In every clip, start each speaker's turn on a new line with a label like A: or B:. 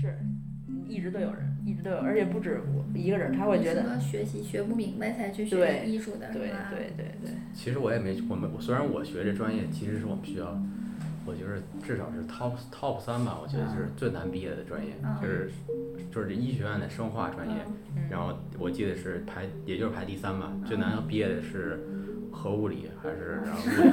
A: 是一直都有人，一直都有，而且不止我一个人，他会觉
B: 嗯什
A: 得，
B: 么学习学不明白才去
A: 对
B: 学艺术的，
A: 对
B: 是吧？
A: 对对对，
C: 其实我也没，我们我虽然我学这专业，其实是我们学校，我觉得至少是 top top 三吧，我觉得
A: 嗯
C: 是最难毕业的专业，
B: 嗯
C: 就是就是这医学院的生化专业，
A: 嗯
C: 然后我记得是排，也就是排第三吧，最难毕业的是核物理还 是然后物理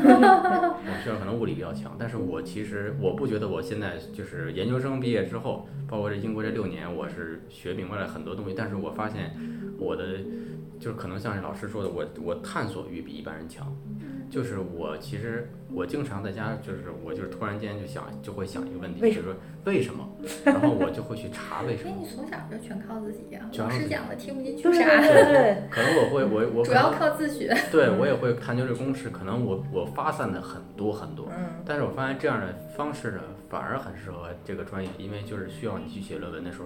C: 我们学校可能物理比较强，但是我其实我不觉得我现在就是研究生毕业之后，包括这英国这六年，我是学明白了很多东西，但是我发现我的就是可能像是老师说的，我我探索欲比一般人强。
A: 嗯
C: 就是我其实我经常在家，就是我就是突然间就想就会想一个问题，
A: 为
C: 就
A: 什
C: 是说为什么，然后我就会去查为什
B: 哎，
C: 么。
B: 你从小就全靠自己呀、
C: 全
B: 老
C: 靠自
B: 师
C: 己
B: 讲的听不进去
A: 对对嗯
B: 啥，
A: 对对，
C: 可能我会我我
B: 主
C: 可
B: 要
C: 能
B: 靠自学。
C: 对我也会探究这公式，可能我我发散的很多很多，
A: 嗯
C: 但是我发现这样的方式呢，反而很适合这个专业，因为就是需要你去写论文的时候，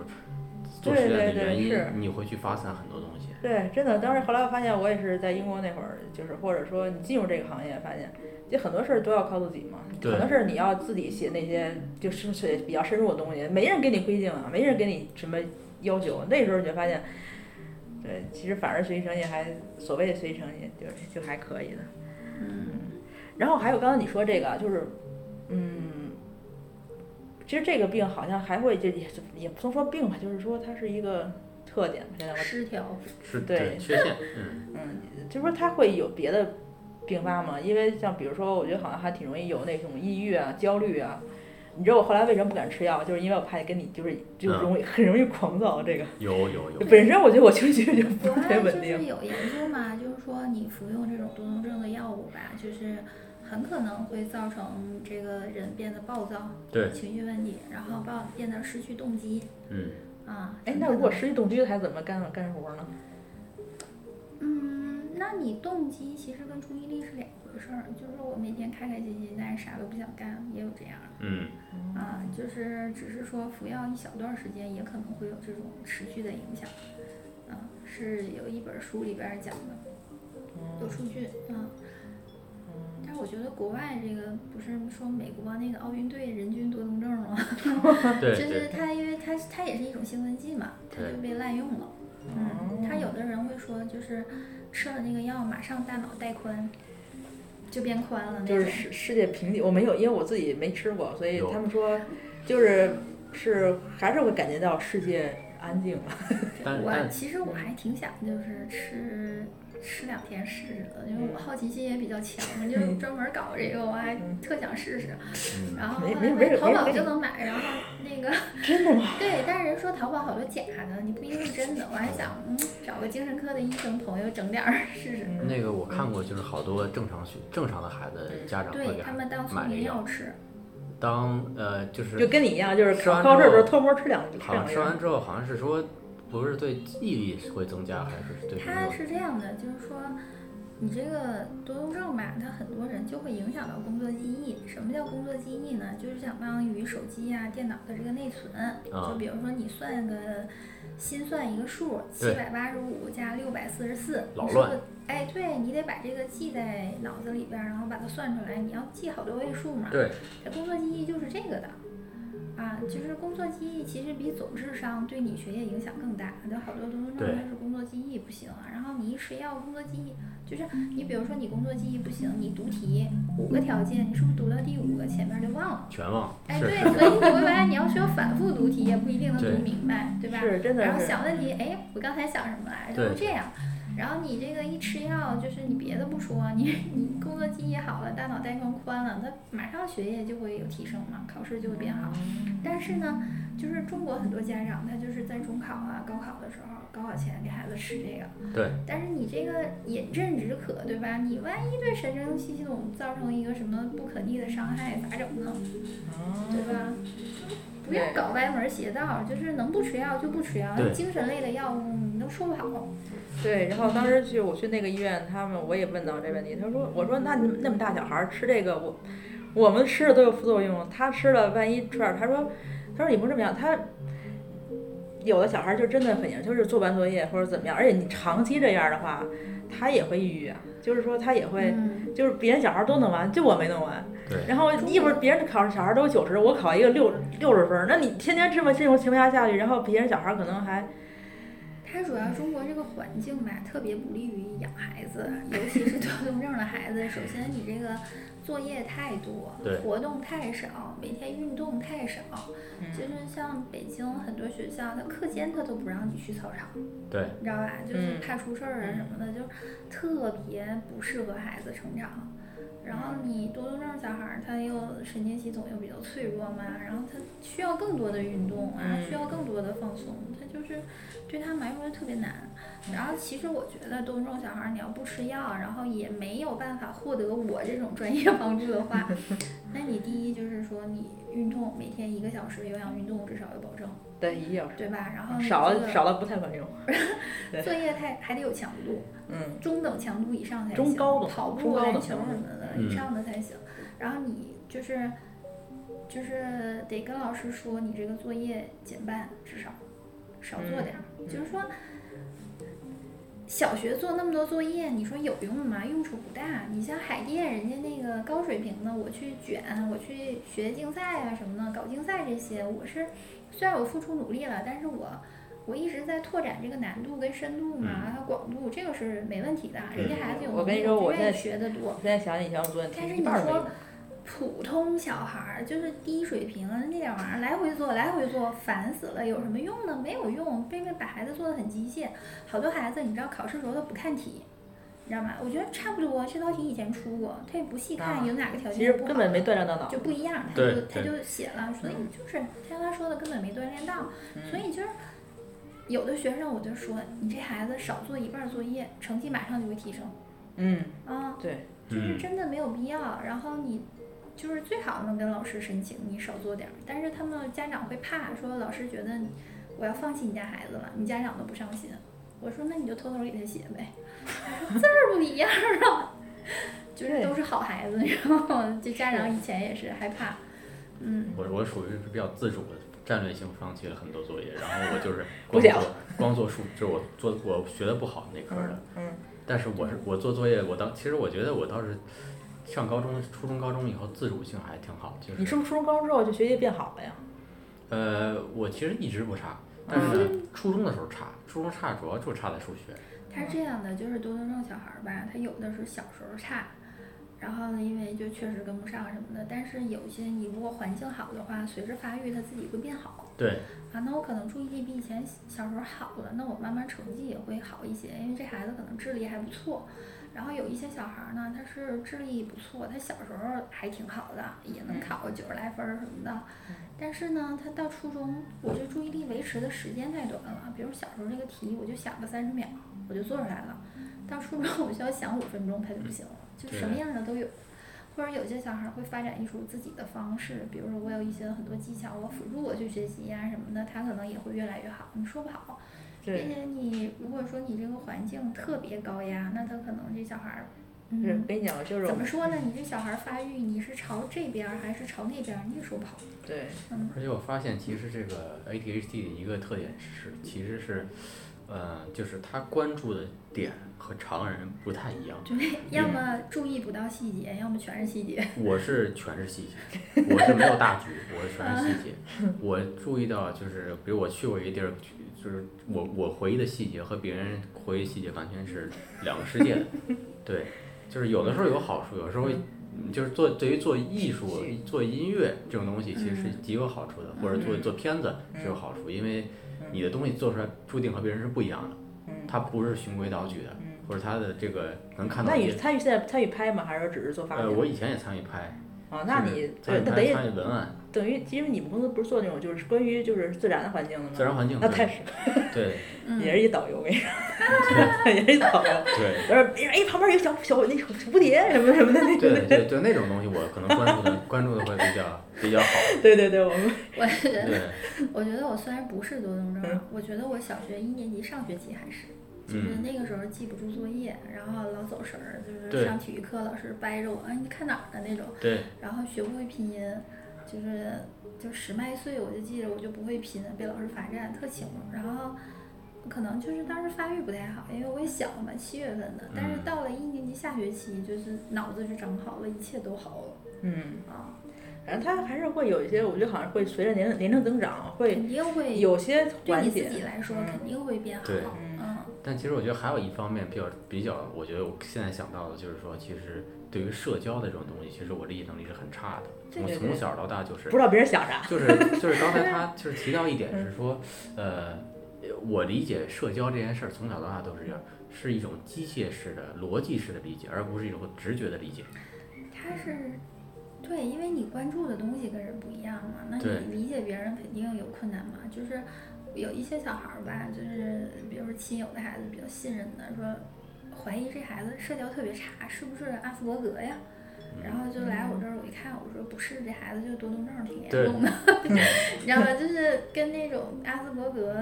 C: 做
A: 对
C: 实验
A: 对
C: 的原
A: 对
C: 因，
A: 是
C: 你会去发散很多东西。
A: 对，真的。当时后来我发现，我也是在英国那会儿，就是或者说你进入这个行业，发现就很多事儿都要靠自己嘛。
C: 对
A: 很多事儿你要自己写那些就是写比较深入的东西，没人给你规定啊，没人给你什么要求。那时候你就发现，对，其实反而学习成绩还所谓的学习成绩就就还可以的。
B: 嗯
A: 然后还有刚才你说这个，就是，嗯，其实这个病好像还会就也也不能说病吧，就是说它是一个特点吧。现在我
B: 失调，
C: 是
A: 对
C: 缺陷，嗯，
A: 嗯，就是说他会有别的并发吗？因为像比如说，我觉得好像还挺容易有那种抑郁啊、焦虑啊。你知道我后来为什么不敢吃药，就是因为我怕跟你就是就容易、很容易狂躁。这个
C: 有有有，
A: 本身我觉得我情绪就不是
B: 国
A: 特
B: 外
A: 别
B: 啊就
A: 稳定
B: 是。有研究嘛，就是说你服用这种多动症的药物吧，就是很可能会造成这个人变得暴躁，
C: 对，
B: 情绪问题，然后暴变得失去动机
C: 嗯，
B: 啊。
A: 嗯哎，
B: 很
A: 那
B: 可
A: 如果
B: 能
A: 失去动机还怎么干干活呢？
B: 嗯，那你动机其实跟注意力是两回事儿，就是我每天开开心心，但是啥都不想干，也有这样的
C: 嗯，
B: 啊，就是只是说服药一小段儿时间，也可能会有这种持续的影响。啊，是有一本书里边儿讲的，有数据啊。但是我觉得国外这个不是说美国那个奥运队人均多动症吗？
C: 对
B: 就是
C: 对，
B: 它，因为它它也是一种兴奋剂嘛，它
C: 对哦
B: 就被滥用了。嗯，他有的人会说，就是吃了那个药，马上大脑带宽，就变宽了那
A: 就
B: 种
A: 是。世世界瓶颈，我没有，因为我自己没吃过，所以
C: 有
A: 他们说就是是还是会感觉到世界安静 了。
C: 但
B: 我
C: 但
B: 其实我还挺想就是吃吃两天试试的，因为
A: 嗯
B: 我好奇心也比较强，我就专门搞这个，我还特想试试。
C: 嗯
B: 然后
A: 没
B: 后
A: 没
B: 来
A: 没
B: 发现淘
A: 没
B: 宝
A: 没
B: 就能买，然后那个
A: 真的吗？
B: 对，但是人说淘宝好多假的，你不一定是真的。我还想，嗯，找个精神科的医生朋友整点儿试试。
A: 嗯
C: 那个我看过，就是好多正常学正常的孩子家长会
B: 对
C: 给
B: 他
C: 孩
B: 们当
C: 子
B: 催
C: 买这
B: 眠
C: 个药
B: 药，吃，
C: 当呃就是
A: 就跟你一样，就是
C: 吃完
A: 考考试的时
C: 之
A: 候
C: 后
A: 偷摸吃两吃
C: 好像
A: 两
C: 吃
A: 个。
C: 完之后好像是说，不是对记忆力会增加，还是对什么
B: 它
C: 有？
B: 是这样的，就是说，你这个多动症吧，它很多人就会影响到工作记忆。什么叫工作记忆呢？就是相当于手机呀、电脑的这个内存。
C: 啊
B: 就比如说你算个心算一个数，七
C: 对
B: 百八十五加六百四十四，
C: 老
B: 你
C: 乱
B: 说。哎，对你得把这个记在脑子里边儿，然后把它算出来。你要记好多位数嘛。
C: 对，
B: 这工作记忆就是这个的，啊，就是工作记忆其实比总智商对你学业影响更大。有好多多动症
C: 对
B: 就是工作记忆不行啊，然后你一吃药，工作记忆就是你比如说你工作记忆不行，你读题五个条件，你是不是读到第五个前面就忘了？
C: 全忘
B: 哎，
C: 是
B: 对，所以你会发现你要需要反复读题，也不一定能
C: 对
B: 读明白，对吧？
A: 是真的
B: 然后
A: 是
B: 想问题，哎，我刚才想什么来着？
C: 对
B: 就这样。然后你这个一吃药，就是你别的不说，你 你工作记忆好了，大脑带宽宽了，那马上学业就会有提升嘛，考试就会变好。但是呢，就是中国很多家长，他就是在中考啊、高考的时候，高考前给孩子吃这个。
C: 对。
B: 但是你这个饮鸩止渴，对吧？你万一对神经系统造成一个什么不可逆的伤害，咋整呢？对吧？不要搞歪门邪道，就是能不吃药就不吃药。
C: 对
B: 精神类的药物你都说不好。
A: 对，然后当时去我去那个医院，他们我也问到这问题，他说我说那你们那么大小孩儿吃这个，我我们吃了都有副作用，他吃了万一出点儿，他说他说你不是这么想，他有的小孩儿就真的很严重，就是做不完作业或者怎么样，而且你长期这样的话，他也会抑郁啊，就是说他也会。
B: 嗯
A: 就是别人小孩都能完，就我没弄完。
C: 对，
A: 然后一会儿别人考小孩都九十，我考一个六六十分，那你天天这么这种情况下下去，然后别人小孩可能还
B: 它主要中国这个环境吧，特别不利于养孩子，尤其是多 动症的孩子。首先，你这个作业太多
C: 对，
B: 活动太少，每天运动太少。
A: 嗯
B: 其实像北京很多学校，它课间它都不让你去操场，
C: 对
B: 你知道吧？就是
A: 嗯
B: 怕出事儿啊什么的，就是特别不适合孩子成长。然后你多动症小孩儿，他又神经系统又比较脆弱嘛，然后他需要更多的运动啊，
A: 嗯
B: 需要更多的放松，他就是对他们来说特别难。
A: 嗯
B: 然后其实我觉得多动症小孩儿，你要不吃药，然后也没有办法获得我这种专业帮助的 话，那你第一就是说你运动每天一个小时有氧运动至少要保证，
A: 对一个小时
B: 对吧？然后你
A: 少
B: 这
A: 了
B: 个
A: 少了不太管用。对
B: 作业太还得有强度，
A: 嗯，
B: 中等强度以上才行，
A: 中高等
B: 跑
A: 中
B: 步、
A: 高等
B: 篮球什
A: 强度
B: 么的
C: 嗯
B: 以上的才行。然后你就是就是得跟老师说，你这个作业减半，至少少做点儿、
A: 嗯
B: 就是说，小学做那么多作业，你说有用吗？用处不大。你像海淀人家那个高水平的，我去卷，我去学竞赛啊什么的，搞竞赛这些，我是虽然我付出努力了，但是我我一直在拓展这个难度跟深度嘛，还有广度，这个是没问题的。人家孩子有
A: 嗯我跟你
B: 能力
A: 说
B: 就
A: 我
B: 愿
A: 现
B: 意
A: 在
B: 学的多
A: 我。现在想起以前我做的题
B: 但是
A: 一
B: 你
A: 半儿没
B: 说
A: 用。
B: 普通小孩儿就是低水平啊，那点玩意儿来回做来回做，烦死了，有什么用呢？没有用，被被把孩子做的很机械。好多孩子你知道考试的时候他不看题，你知道吗？我觉得差不多，这道题以前出过，他也不细
A: 啊
B: 看有哪个条
A: 其
B: 件
A: 实
B: 不好，
A: 根本没锻炼到脑
B: 就，不一样，他
C: 对
B: 就他
C: 对
B: 就写了，所以就是像他说的根本没锻炼到，
A: 嗯
B: 所以就是有的学生我就说你这孩子少做一半儿作业，成绩马上就会提升
A: 嗯，
B: 啊，
A: 对，
B: 就是
C: 嗯
B: 真的没有必要。然后你就是最好能跟老师申请你少做点儿，但是他们家长会怕说老师觉得你我要放弃你家孩子了，你家长都不上心。我说那你就偷偷给他写呗， 字儿不一样啊，就是
A: 对
B: 都是好孩子，你知道吗？这家长以前也是害怕，嗯。
C: 我我属于是比较自主的，战略性放弃了很多作业，然后我就是
A: 不
C: 光
A: 想
C: 做光做数，就是我做我学的不好那科的
A: 嗯，嗯，
C: 但是我是我做作业，我当其实我觉得我倒是上高中、初中、高中以后自主性还挺好，就是
A: 你是不是初中高中之后就学习变好了呀？啊
C: 呃，我其实一直不差，但是呢，
A: 嗯
C: 初中的时候差，初中差主要就差在数学，
B: 他是这样的，就是多动症小孩儿吧，他有的是小时候差，然后呢，因为就确实跟不上什么的。但是有些你如果环境好的话，随着发育他自己会变好
C: 对
B: 啊。那我可能注意力比以前小时候好了，那我慢慢成绩也会好一些，因为这孩子可能智力还不错。然后有一些小孩儿呢，他是智力不错，他小时候还挺好的，也能考个九十来分儿什么的。但是呢，他到初中，我这注意力维持的时间太短了。比如小时候这个题，我就想个三十秒，我就做出来了。 到初中，我需要想五分钟，他就不行了，就
C: 对
B: 什么样的都有。或者有些小孩会发展一出自己的方式，比如说我有一些很多技巧，我辅助我去学习呀、什么的，他可能也会越来越好。你说不好，并
A: 对，
B: 且你如果说你这个环境特别高压，那他可能这小孩儿，
A: 是
B: 嗯，
A: 跟你讲，就是我
B: 怎么
A: 们
B: 说呢？你这小孩儿发育，你是朝这边儿还是朝那边儿，你也说不好。
A: 对，
B: 嗯，
C: 而且我发现，其实这个 ADHD 的一个特点是，其实是，呃，就是他关注的点和常人不太一样。
B: 对，要么注意不到细节，要么全是细节。
C: 我是全是细节，我是没有大局，我是全是细节。
A: 嗯
C: 我注意到就是，比如我去过一个地儿，去就是我我回忆的细节和别人回忆细节完全是两个世 界的。对，就是有的时候有好处，有时候
A: 嗯
C: 就是做对于做艺术、做音乐这种东西，其实是极有好处的，或者做
A: 嗯
C: 做片子是有好处，因为你的东西做出来注定和别人是不一样的，
A: 嗯
C: 它不是循规蹈矩的，
A: 嗯。
C: 或者它的这个能看到
A: 那
C: 一
A: 你
C: 些。
A: 参与现在参与拍吗？还是只是做发
C: 呃，
A: 明？
C: 我以前也参与拍，
A: 啊，那
C: 就是
A: 你对
C: 参与，
A: 那
C: 拍
A: 等于
C: 参与文案，
A: 等于，因为你们公司不是做那种就是关于就是自然环境的吗？
C: 自然环境
A: 那
C: 对
A: 太是，
C: 对
B: 嗯
A: 也是一导游，我跟你说， 也是一导游。
C: 对
A: 我说，哎，旁边有小小那小小蝴蝶什么什么的，那
C: 对对对，那种东西我可能关注的关注的会比较比较好，
A: 对对对，我们
B: 我觉 得，
C: 对，
B: 我觉得我虽然不是多动症
A: 嗯
B: 啊，我觉得我小学一年级上学期还是。就是
C: 嗯，
B: 那个时候记不住作业，然后老走神儿，就是
C: 对
B: 上体育课老师掰着我，哎，你看哪儿呢那种，
C: 对，
B: 然后学不会拼音，就是就十麦穗，我就记着我就不会拼，被老师罚站，特勤。然后可能就是当时发育不太好，因为我也小嘛，七月份的。但
A: 嗯
B: 是到了一年级下学期，就是脑子就长好了，一切都好了
A: 嗯，
B: 啊，
A: 反正他还是会有一些，我觉得好像会随着年龄年龄增长会
B: 肯定会
A: 有些
B: 对
A: 缓
B: 你自
A: 解。
B: 己来说
A: 嗯
B: 肯定会变好。
C: 对
B: 嗯，
C: 但其实我觉得还有一方面比较比较，我觉得我现在想到的就是说，其实对于社交的这种东西，其实我理解能力是很差的。
B: 对
C: 我
A: 对
C: 从
A: 对
C: 小到大就是
A: 不知道别人想啥。
C: 就是就是刚才他就是提到一点是 说，呃，我理解社交这件事儿从小到大都是这样，是一种机械式的、逻辑式的理解，而不是一种直觉的理解。
B: 他是对，因为你关注的东西跟人不一样嘛，那
C: 对
B: 你理解别人肯定有困难嘛。就是有一些小孩儿吧，就是比如说亲友的孩子比较信任的，说怀疑这孩子社交特别差，是不是阿斯伯格呀？
C: 嗯
B: 然后就来我这儿，我一看，我说不是，这孩子就多动症挺严
C: 对
B: 重的， 你知道吧？就是跟那种阿斯伯格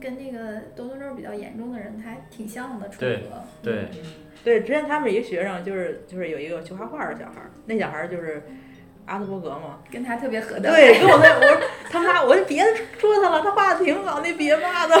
B: 跟那个多动症比较严重的人，他还挺像的，重
C: 对
B: 合。
C: 对，
A: 嗯对，之前他们一个学生就是就是有一个学画画的小孩儿，那小孩儿就是阿斯伯格嘛，
B: 跟他特别合得来。
A: 对，跟我那我他妈我就别说他了，他画的挺好，那别骂他。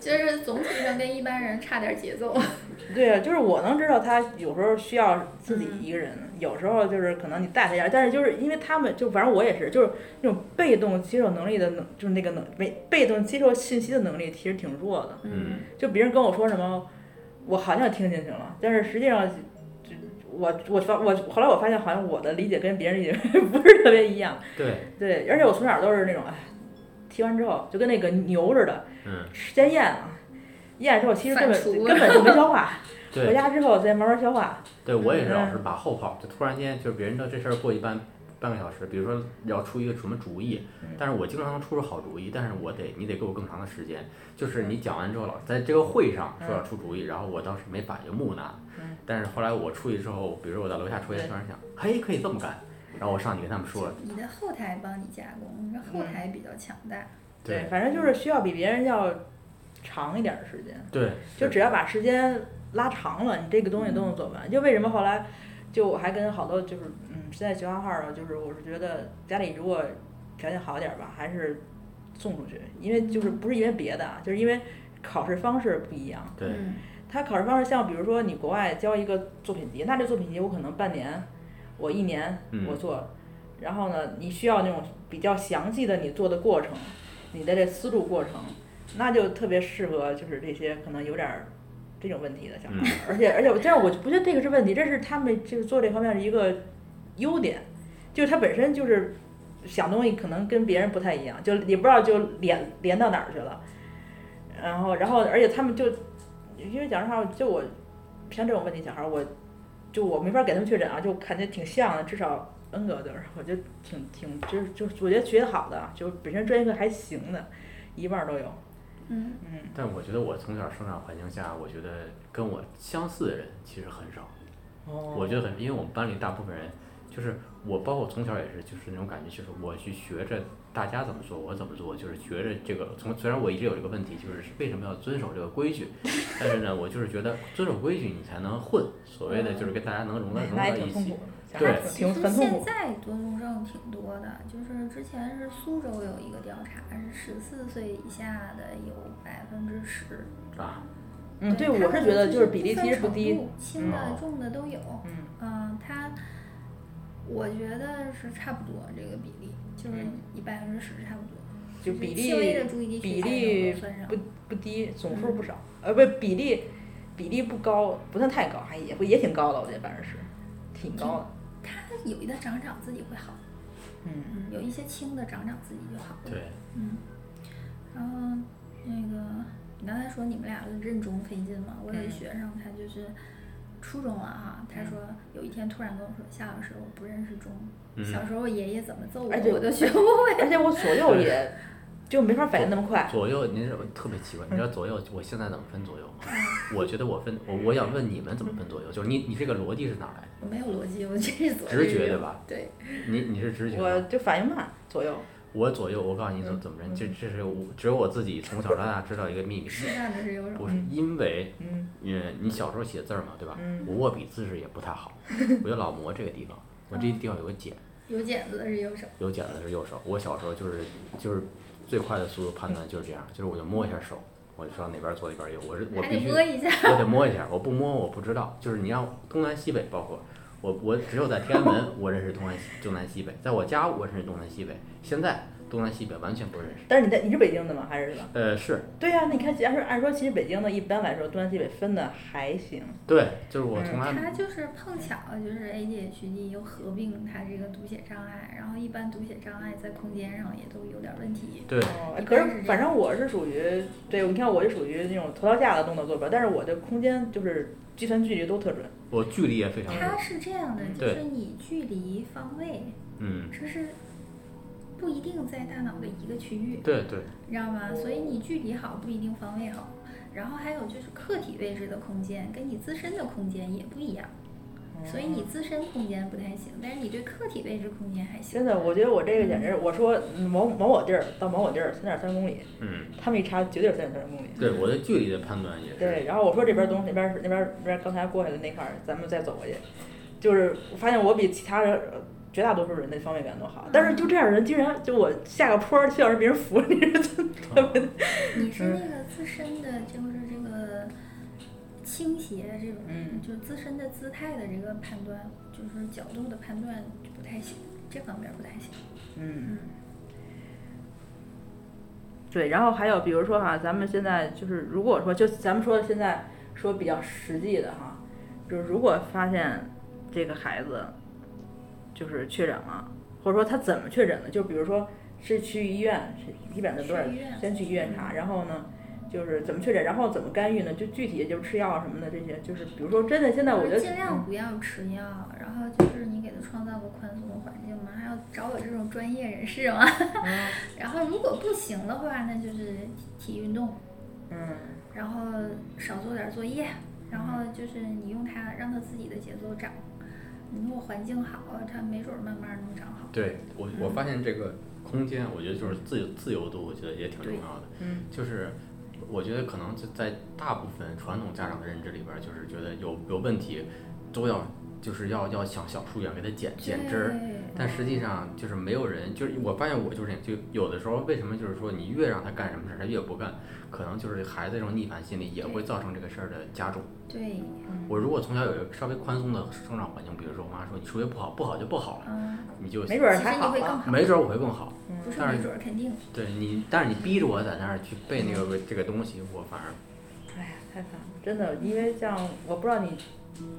B: 就是总体上跟一般人差点节奏。
A: 对啊，就是我能知道他有时候需要自己一个人，
B: 嗯
A: 有时候就是可能你带他一下，但是就是因为他们就反正我也是，就是那种被动接受能力的能，就是那个能没被动接受信息的能力其实挺弱的。
C: 嗯，
A: 就别人跟我说什么，我好像听进去了，但是实际上，就我我发我后来我发现好像我的理解跟别人理解不是特别一样。
C: 嗯对，
A: 对，而且我从小都是那种，哎，踢完之后就跟那个牛似的，
C: 嗯，
A: 先咽 啊，咽之后其实根
B: 反刍
A: 本根本就没消化，回
C: 对，
A: 家之后再慢慢消化。
C: 对我也是
A: 嗯
C: 老是把后炮，就突然间就是别人的这事儿过一半半个小时，比如说要出一个什么主意
A: 嗯，
C: 但是我经常能出出好主意，但是我得你得给我更长的时间，就是
A: 嗯
C: 你讲完之后老在这个会上说要出主意，然后我当时没反应木讷
A: 嗯，
C: 但是后来我出去之后，比如我在楼下抽烟，突然想，嘿，可以这么干，然后我上去跟他们说了，
B: 你的后台帮你加工，你这后台比较强大。
A: 对，反正就是需要比别人要长一点儿时间。
C: 对，
A: 就是只要把时间拉长了，你这个东西都能做完。就为什么后来，就我还跟好多就是嗯，现在学画画的，就是我是觉得家里如果条件好点儿吧，还是送出去，因为就是不是因为别的啊，就是因为考试方式不一样。
C: 对
B: 嗯
A: 他考试方式像比如说你国外交一个作品集，那这作品集我可能半年，我一年
C: 嗯
A: 我做，然后呢，你需要那种比较详细的你做的过程，你的这思路过程，那就特别适合就是这些可能有点儿这种问题的小孩儿，而且而且我但是我不觉得这个是问题，这是他们这个做这方面的一个优点，就是他本身就是想东西可能跟别人不太一样，就也不知道就连连到哪儿去了。然后，然后，而且他们就，因为讲实话，就我像这种问题小孩儿，我就我没法给他们确诊啊，就感觉挺像的，至少 N 个都是，我觉得挺挺就是就是我觉得学得好的啊，就是本身专业课还行的，一半儿都有。
B: 嗯，
A: 嗯，
C: 但我觉得我从小生长环境下，我觉得跟我相似的人其实很少。
A: 哦
C: 我觉得很，因为我们班里大部分人，就是我，包括我从小也是，就是那种感觉，就是我去学着大家怎么做，我怎么做，就是学着这个。从虽然我一直有这个问题，就是为什么要遵守这个规矩，但是呢，我就是觉得遵守规矩你才能混，所谓的就是跟大家能融到融
A: 哎那
C: 到
A: 也挺
C: 一
A: 痛
C: 起
A: 苦。，的，小
C: 对
A: 孩儿挺
B: 其
A: 挺
B: 实
A: 很痛
B: 现
A: 苦。
B: 在多动症挺多的，就是之前是苏州有一个调查，是十四岁以下的有百分之十。
C: 啊，
A: 嗯，对，
B: 他
A: 我
B: 们
A: 是觉得
B: 就
A: 就是比例
B: 分
A: 其实不
B: 程
A: 低。
B: 度，轻的
C: 嗯
B: 重的都有。
A: 嗯
B: 嗯，他我觉得是差不多这个比例，就是
A: 嗯
B: 以百分之十差不多。
A: 就是比
B: 轻微的嗯注意
A: 例
B: 力
A: 比
B: 缺陷
A: 例
B: 能够分上
A: 不不低，总数不少，呃，不比例比例不高，不算太高，还也不也挺高的，我觉得百分之十，挺高的。
B: 他有一的长长自己会好，
A: 嗯，
B: 嗯，有一些轻的长长自己就好了。
C: 对，
B: 嗯，然后那个你刚才说你们俩任中飞进嘛，我有一
A: 嗯
B: 学生他就是初中了啊，他
A: 嗯
B: 说有一天突然跟我说，夏老师我不认识钟，
C: 嗯
B: 小时候我爷爷怎么揍我，
A: 而且
B: 我都学不会。
A: 而且我左右也就没法反应那么快。
C: 左右您是特别奇怪，你知道左右我现在怎么分左右吗？ 我觉得我分我我想问你们怎么分左右，就是你你这个逻辑是哪来的？
B: 我没有逻辑，我就是左右
C: 直觉
B: 右
C: 对吧？
B: 对，
C: 你你是直觉吗？
A: 我就反应慢，左右。
C: 我左右，我告诉你怎
B: 嗯
C: 么怎么着，这这是我只有我自己从小到大知道一个秘密，
B: 吃饭的是有种
C: 不是因为，
A: 嗯
C: 嗯，你小时候写字儿嘛，对吧？
A: 嗯
C: 我握笔姿势也不太 好，我就老磨这个地方，我这地方有个茧，
B: 有剪子的是有手，
C: 有茧子是右手。我小时候就是就是最快的速度判断就是这样，就是我就摸一下手，我就知道哪边左哪边右，我是我
B: 还
C: 必
B: 得
C: 须
B: 摸一下。
C: 我得摸一下，我不摸我不知道。就是你让东南西北，包括我，我只有在天安门 我认识东南西东南西北，在我家我认识东南西北，现在东南西北完全不认识。
A: 但是你在你是北京的吗？还是什么？
C: 呃，是
A: 对呀、你看，假如按说，其实北京的一般来说东南西北分的还行。
C: 对，就是我从来、
B: 它就是碰巧，啊就是 ADHD 又合并它这个读写障碍，然后一般读写障碍在空间上也都有点问题。
C: 对
A: 哦
B: 一
A: 可
B: 般是
A: 是
B: 这
A: 反
B: 样
A: 正我是属于，对，你看我就属于那种头朝下的动作做不了，但是我的空间就是计算距离都特准。
C: 我距离也非常远
B: 它。是这样的，就
C: 对
B: 是你距离方位，
C: 嗯，
B: 这是不一定在大脑的一个区域，
C: 对对，
B: 你知道吗？所以你距离好不一定方位好。然后还有就是客体位置的空间跟你自身的空间也不一样，
A: 嗯
B: 所以你自身空间不太行，但是你对客体位置空间还行
A: 真。的，我觉得我这个简直，我说某某某地儿到某某地儿三点三公里，
C: 嗯，
A: 他们一查绝对是三点三公里。
C: 对我的距离的判断也是。
A: 对，然后我说这边东，那边是那边那边刚才过去的那块儿，咱们再走过去，就是我发现我比其他人呃绝大多数人的方位感都好，但是就这样的人居然就我下个坡儿需要让别人扶，你知道吗
C: 嗯
B: 你是
A: 嗯
B: 那个自身的，就是这个倾斜这种，
A: 嗯
B: 就是自身的姿态的这个判断，就是角度的判断就不太行，这方面不太行。
A: 嗯，对，然后还有比如说哈，咱们现在就是如果说就咱们说现在说比较实际的哈，就是如果发现这个孩子就是确诊了，或者说他怎么确诊的，就比如说是去医院，是基本上都是
B: 去医院嗯
A: 先去医院查，然后呢。就是怎么确诊，然后怎么干预呢？就具体也就是吃药什么的这些，就是比如说真的现在我觉得
B: 就
A: 嗯
B: 是尽量不要吃药，然后就是你给他创造个宽松的环境嘛，还要找我这种专业人士嘛。
A: 嗯
B: 然后如果不行的话，那就是体育运动，
A: 嗯
B: 然后少做点作业，然后就是你用它让它自己的节奏长。你如果环境好，它没准儿慢慢儿能长好。
C: 对我，我发现这个空间，我觉得就是自由自由度，我觉得也挺重
B: 对
C: 要的。
A: 嗯，
C: 就是我觉得可能就在大部分传统家长的认知里边儿，就是觉得有有问题都要就是要要想小数点给它减减枝儿。
B: 对
C: 但实际上就是没有人，就是我发现我就是这样，就有的时候为什么就是说你越让他干什么事儿，他越不干，可能就是孩子这种逆反心理也会造成这个事儿的加重。
B: 对，
A: 嗯
C: 我如果从小有一个稍微宽松的生长环境，比如说我妈说你数学不好，不好就不好了，
B: 嗯，
C: 你就
A: 没准儿
B: 其实
A: 还
B: 你
A: 好啊
B: 会
A: 了
B: 更好
C: 没准儿我会更好。
B: 不是
C: 但是
B: 没准儿，肯定。
C: 对你，但是你逼着我在那儿去背那个这个东西，我反而
A: 哎呀，太烦了，真的，因为像我不知道你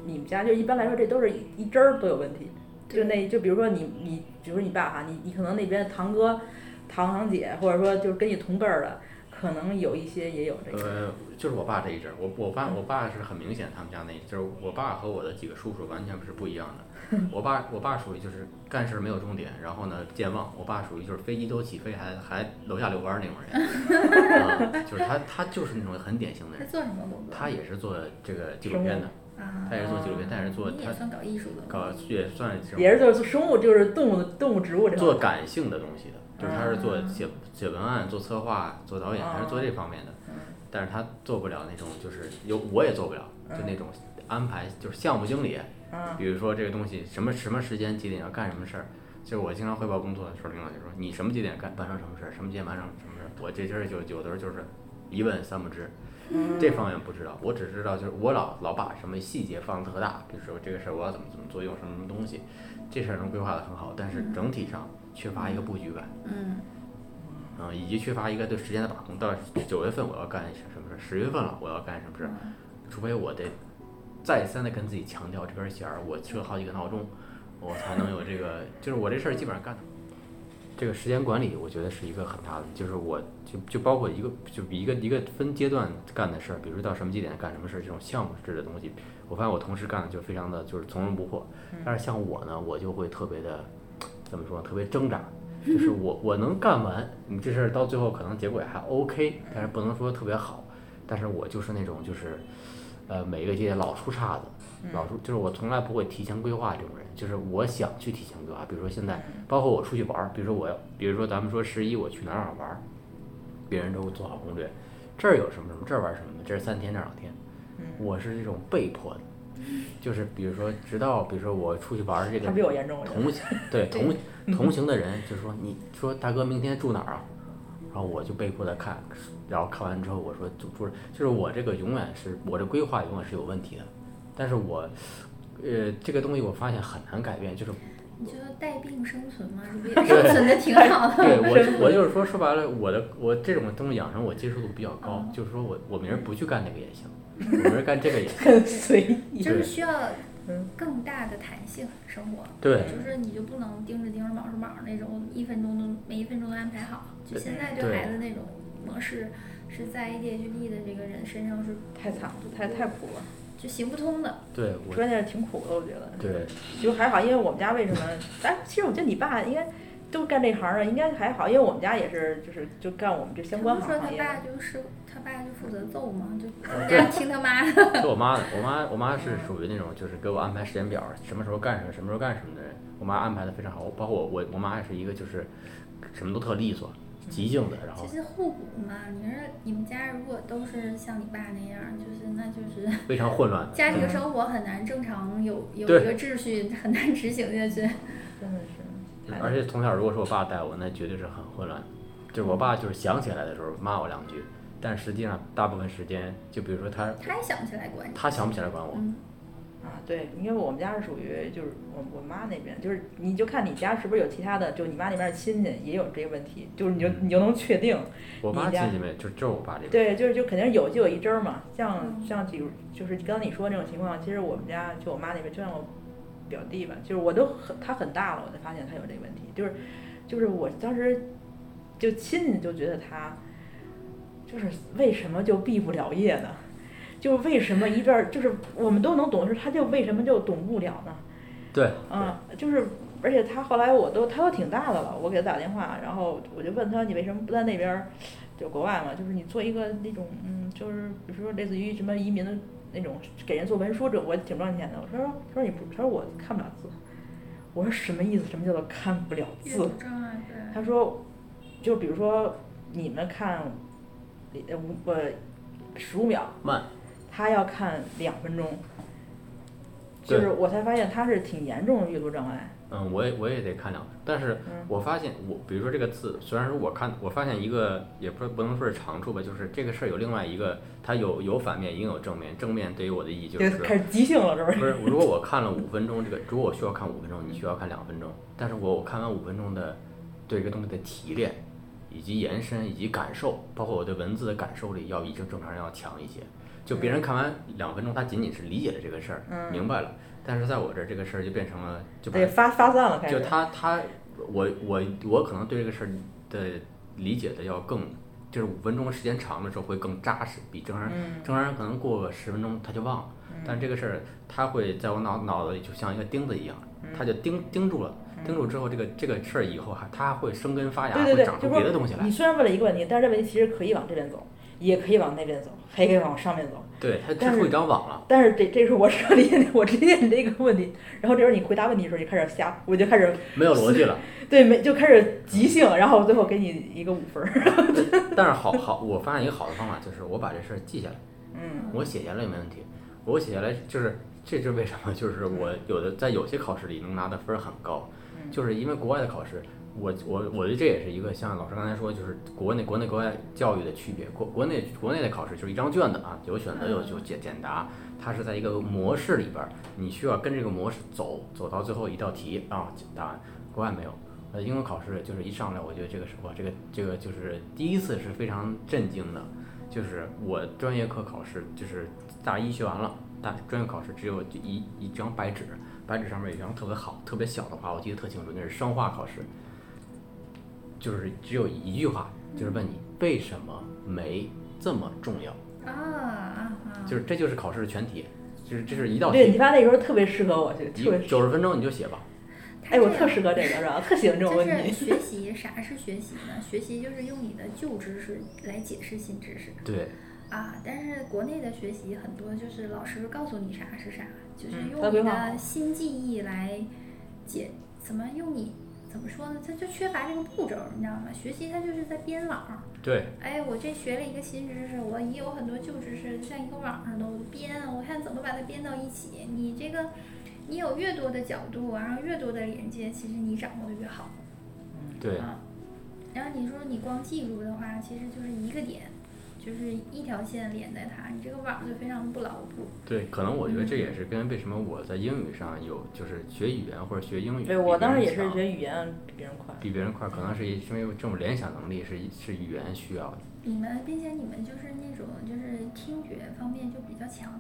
A: 你们家，就一般来说这都是一一支儿都有问题，就那就比如说你你，比如说你爸哈，你你可能那边堂哥、堂堂姐，或者说就是跟你同辈儿的，可能有一些也有这个，
C: 呃，就是我爸这一阵儿，我我爸我爸是很明显，他们家那就是我爸和我的几个叔叔完全不是不一样的。我爸我爸属于就是干事没有终点，然后呢健忘。我爸属于就是飞机都起飞还还楼下遛弯儿那种人，啊，就是他他就是那种很典型的
B: 他
C: 人。
B: 做什么工作？
C: 他也是做这个纪录片的，
B: 啊，
C: 他也是做纪录片，他也是做
B: 你
C: 他
B: 也算搞艺术的。
C: 搞也算是
A: 也是就是生物就是动物动物植物这
C: 做
A: 种，
C: 感性的东西的，就是他是做
B: 啊
C: 写写文案、做策划、做导演，他是做这方面的
A: 嗯嗯。
C: 但是他做不了那种，就是有我也做不了，就那种安排，就是项目经理，
A: 嗯
C: 比如说这个东西什么什么时间几点要干什么事儿，就是我经常汇报工作的时候，领导就说你什么几点干完成什么事儿，什么几点完成什么事儿，我这事儿就有的时候就是一问三不知，这方面不知道，我只知道就是我老老把什么细节放得特大，比如说这个事儿我要怎么怎么做，用什么什么东西，这事儿能规划得很好，但是整体上缺乏一个布局感。
B: 嗯，
C: 嗯，以及缺乏一个对时间的把控。到九月份我要干什么事儿，十月份了我要干什么事儿，
B: 嗯
C: 除非我得再三的跟自己强调这根弦儿，我设好几个闹钟，我才能有这个，就是我这事儿基本上干的。这个时间管理，我觉得是一个很大的，就是我就就包括一个就一个一个分阶段干的事儿，比如说到什么几点干什么事儿这种项目制的东西，我发现我同事干的就非常的就是从容不迫，但是像我呢，我就会特别的怎么说呢，特别挣扎，就是我我能干完，你这事儿到最后可能结果还 OK，但是不能说特别好。但是我就是那种就是，呃，每一个节老出岔子，老出就是我从来不会提前规划这种人，就是我想去提前规划，比如说现在，包括我出去玩儿，比如说我要，比如说咱们说十一我去哪儿哪儿玩儿，别人都会做好攻略，这儿有什么什么，这儿玩什么什么，这儿三天那儿两天，我是那种被迫的，就是比如说直到比如说我出去玩儿这个
A: 他比我 严重，我觉得
C: 同行对同同行的人就说你说大哥明天住哪儿啊？然然后我就被迫的看，然后看完之后我说就不是，就是我这个永远是我这规划永远是有问题的，但是我，呃，这个东西我发现很难改变，就是
B: 你觉得带病生存 吗？这不也生存的挺好的？
C: 对我我就是说说白了，我的我这种东西养成我接受度比较高，就是说我我明儿不去干这个也行，我明儿干这个也行，
A: 很随意。
B: 就是需要
A: 嗯
B: 更大的弹性生活，
C: 对
B: 就是你就不能盯着盯着卯着卯着那种，一分钟都每一分钟都安排好。就现在对
C: 对
B: 孩子那种模式，是在 ADHD 的这个人身上是
A: 太惨了，太太苦了，
B: 就行不通的。
C: 对我
A: 关键是挺苦的，我觉得。
C: 对
A: 就还好，因为我们家为什么？哎，其实我觉得你爸应该都干这行的，应该还好，因为我们家也是，就是就干我们这相
B: 他
A: 关
B: 不是说
A: 行
B: 他
A: 业。
B: 爸就是他爸就负责揍吗？
A: 啊
B: 就大
C: 对
B: 家听他 妈的。
C: 是我妈的，我妈我妈是属于那种就是给我安排时间表，什么时候干什么，什么时候干什么的人。我妈安排的非常好，包括我我我妈也是一个就是什么都特利索、极静的，然后
B: 其实互补嘛，你说你们家如果都是像你爸那样，就是那就是
C: 非常混乱的。
B: 家
A: 嗯
B: 庭生活很难正常有有一
C: 对
B: 个秩序，很难执行下去。
A: 真的是。
C: 而且从小如果是我爸带我，那绝对是很混乱的。就是我爸就是想起来的时候骂我两句，但实际上大部分时间，就比如说他
B: 他也想不起来管你。
C: 他想不起来管我，
B: 嗯，
A: 啊，对，因为我们家是属于就是我我妈那边，就是你就看你家是不是有其他的，就你妈那边的亲戚也有这个问题，就是你就你就能确定，
C: 我爸
A: 你家
C: 亲戚们就就是我爸这个，
A: 对，就是就肯定有就有一针儿嘛。像像比如就是刚你说那种情况，其实我们家就我妈那边，就像我表弟吧，就是我都很他很大了，我才发现他有这个问题，就是就是我当时就亲戚就觉得他就是为什么就毕不了业呢？ 就为什么一段儿就是我们都能懂的事，他就为什么就懂不了呢？
C: 对
A: 嗯，就是，而且他后来我都他都挺大的了，我给他打电话，然后我就问他你为什么不在那边儿，就国外嘛，就是你做一个那种嗯，就是比如说类似于什么移民的那种给人做文书这种，我挺赚钱的。我说他说你不，他说我看不了字，我说什么意思？什么叫做看不了
B: 阅
A: 字
B: 读？障碍对。
A: 他说，就比如说你们看，呃五呃十五秒，
C: 慢，
A: 他要看两分钟。就是我才发现他是挺严重的阅读障碍，
C: 嗯，我也我也得看两个，但是
A: 嗯
C: 我发现我，比如说这个字，虽然说我看，我发现一个也不是不能说是长处吧，就是这个事儿有另外一个，它有有反面，也有正面。正面对于我的意义就，
A: 就是开始即兴了，是不是？
C: 不是如果我看了五分钟，这个如果我需要看五分钟，你需要看两分钟，但是我我看完五分钟的对这个东西的提炼，以及延伸，以及感受，包括我对文字的感受力，要比正正常人要强一些。就别人看完两分钟，他仅仅是理解了这个事儿，
A: 嗯
C: 明白了，但是在我这儿这个事儿就变成了就把
A: 对，哎发发散了，开
C: 就
A: 始。
C: 他他我我我可能对这个事儿的理解的要更，就是五分钟时间长的时候会更扎实，比正常人、
A: 嗯
C: 正常人可能过个十分钟他就忘了，但这个事儿他会在我脑脑子里就像一个钉子一样，
A: 嗯
C: 他就钉钉住了，钉住之后这个这个事儿以后还他会生根发芽，
A: 对对对
C: 会长
A: 就
C: 出
A: 说
C: 别的东西来
A: 你，虽然问了一个问题，但是这问题其实可以往这边走，也可以往那边走，还可以往上面走。
C: 对他
A: 但
C: 织出
A: 是
C: 一张网了。
A: 但是这这是我彻底我理解你这个问题，然后这时候你回答问题的时候就开始瞎，我就开始
C: 没有逻辑了，
A: 对没就开始即兴，然后最后给你一个五分儿。
C: 但是好好，我发现一个好的方法就是我把这事儿记下来。
A: 嗯
C: 我写下来也没问题，我写下来就是，这就是为什么就是我有的在有些考试里能拿的分儿很高，
A: 嗯
C: 就是因为国外的考试，我我我觉得这也是一个像老师刚才说，就是国内国内国外教育的区别，国国内国内的考试就是一张卷子啊，有选择有有简简答，它是在一个模式里边儿，你需要跟这个模式走，走到最后一道题啊答案，国外没有。呃，英文考试就是一上来，我觉得这个是哇，这个这个就是第一次是非常震惊的，就是我专业课考试，就是大一学完了，大专业考试只有就一一张白纸，白纸上面有一张特别好、特别小的话，我记得特清楚，那是生化考试，就是只有一句话，就是问你为什么煤这么重要，
B: 啊啊啊！
C: 就是这就是考试的全题，就是这是一道
A: 对你
C: 题，
A: 发现那时候特别适合我，就特别
C: 一九十分哦钟你就写吧，
B: 他
A: 哎，我
B: 这
A: 特
B: 样
A: 适合这个是吧？特喜欢这种
B: 就
A: 问题。
B: 是学习，啥是学习呢？学习就是用你的旧知识来解释新知识
C: 对，
B: 啊。但是国内的学习很多就是老师告诉你啥是啥，就是
A: 嗯
B: 用
A: 他
B: 你
A: 规划好
B: 的新记忆来解，怎么用你怎么说呢？它就缺乏这个步骤，你知道吗？学习它就是在编网。
C: 对，
B: 哎，我这学了一个新知识，我也有很多旧知识，像一个网上的，我编，啊我看怎么把它编到一起。你这个，你有越
A: 嗯
B: 多的角度，然后越多的连接，其实你掌握的越好。
C: 对，
B: 啊，然后你说你光记住的话，其实就是一个点，就是一条线连在它，你这个网就非常不牢固。
C: 对，可能我觉得这也是跟为什么我在英语上有就是学语言或者学英语，
A: 对我当时也是觉得语言比别人快。
C: 比别人快，可能是因为这种联想能力是是语言需要的。
B: 你们，并且你们就是那种就是听觉方面就比较强，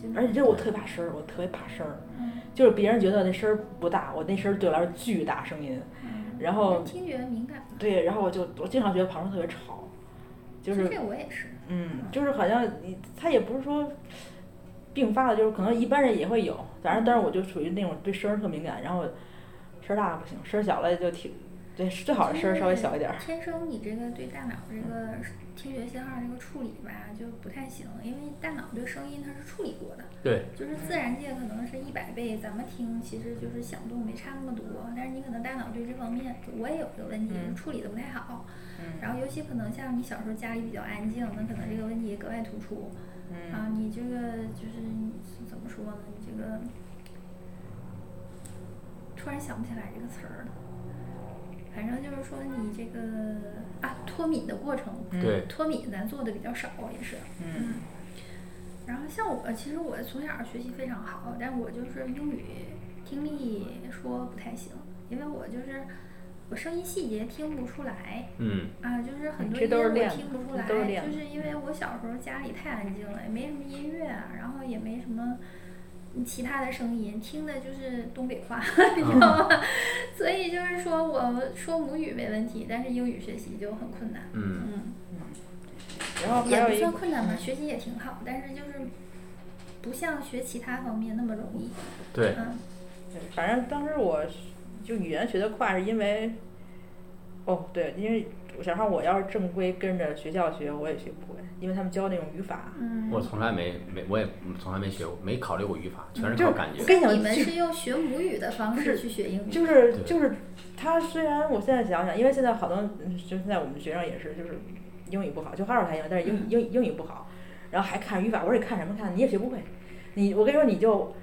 B: 就
A: 而且这我特别怕声儿，我特别怕声儿，
B: 嗯
A: 就是别人觉得那声儿不大，我那声儿对我来说巨大声音。
B: 嗯，
A: 然后
B: 听觉敏感，
A: 对，然后我就我经常觉得旁边特别吵，就
B: 其实
A: 是
B: 这我也是，
A: 嗯，就是好像你他也不是说并发的，就是可能一般人也会有，反正但是我就属于那种对声儿特敏感，然后声儿大不行，声儿小了就挺对，最好是声儿稍微小一点儿。
B: 天生你这个对大脑这个听觉信号这个处理吧，就不太行，因为大脑对声音它是处理过的，
C: 对，
B: 就是自然界可能是一百倍，咱们听其实就是响动没差那么多，但是你可能大脑对这方面，就我也有这个问题，
A: 嗯
B: 处理的不太好。
A: 嗯
B: 然后尤其可能像你小时候家里比较安静，那可能这个问题格外突出。
A: 嗯
B: 啊，你这个就是怎么说呢？你这个突然想不起来这个词儿了。反正就是说你这个啊脱敏的过程，
A: 嗯
C: 对
B: 脱敏咱做的比较少也是。
A: 嗯
B: 然后像我，其实我从小学习非常好，但我就是英语听力说不太行，因为我就是我声音细节听不出来
C: 嗯，
B: 啊，就是很多
A: 这
B: 音
A: 都是
B: 我
A: 练的
B: 听不出
A: 这
B: 来，
A: 都是练的
B: 就是因为我小时候家里太安静了，也没什么音乐啊，然后也没什么。嗯其他的声音听的就是东北话，你知
C: 嗯
B: 道吗？
A: 嗯
B: 所以就是说，我说母语没问题，但是英语学习就很困难。
C: 嗯，
B: 嗯。
A: 然后
B: 也
A: 哦还有
B: 不
A: 一
B: 算困难吧，
A: 嗯
B: 学习也挺好，但是就是不像学其他方面那么容易。
C: 对，
B: 嗯，
A: 对，反正当时我就语言学得快，是因为，哦，对，因为我想上我要是正规跟着学校学，我也学不会，因为他们教那种语法。
B: 嗯
C: 我从来没没我也从来没学过，没考虑过语法，全是
A: 就
C: 靠
A: 是
C: 感觉
A: 我。跟你
B: 你
A: 讲，
B: 们
A: 就是
B: 用学母语的方
A: 不
B: 式
A: 是
B: 去学英语，
A: 就是
C: 对
A: 就是，他虽然我现在想想，因为现在好多嗯就现在我们学生也是，就是英语不好，就哈尔开英，但是英英英语不好，然后还看语法，我说你看什么看？你也学不会，你我跟你说你就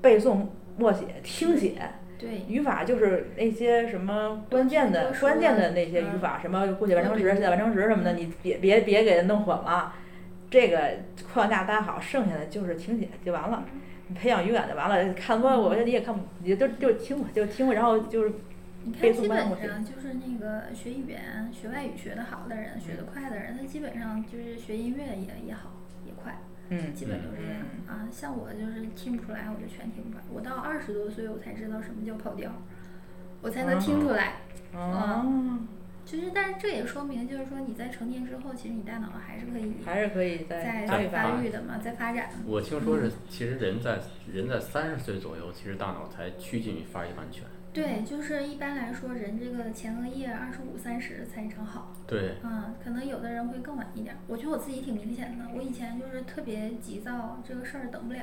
A: 背诵、默写、听写，
B: 对，
A: 语法就是那些什么关键的
B: 多、说嗯
A: 关键的那些语法，什么过去完成时、现在完成时什么的，你别别别给它弄混了。这个框架搭好，剩下的就是听写就完了。
B: 嗯
A: 你培养语感就完了，看多我觉得你也看不，你就就听我就听我，然后就是
B: 你看
A: 背
B: 基
A: 诵班
B: 本
A: 我学
B: 上就是那个学语言、学外语学得好的人，
A: 嗯
B: 学得快的人，他基本上就是学音乐也也好也快，
A: 嗯
B: 基本都是这样
A: 嗯
B: 啊。像我就是听不出来，我就全听不出来。我到二十多岁我才知道什么叫跑调，我才能听出来。
A: 哦，
B: 就是，但是这也说明，就是说你在成年之后，其实你大脑还是可以
A: 还是可以再
B: 在
A: 发
B: 发
A: 育发育。
B: 育的嘛，在发展。
C: 我听说是，其实人在人在三十岁左右，其实大脑才趋近于发育完全。
B: 对，就是一般来说，人这个前额叶二十五、三十才正好。
C: 对，
B: 嗯，可能有的人会更晚一点。我觉得我自己挺明显的，我以前就是特别急躁，这个事儿等不了。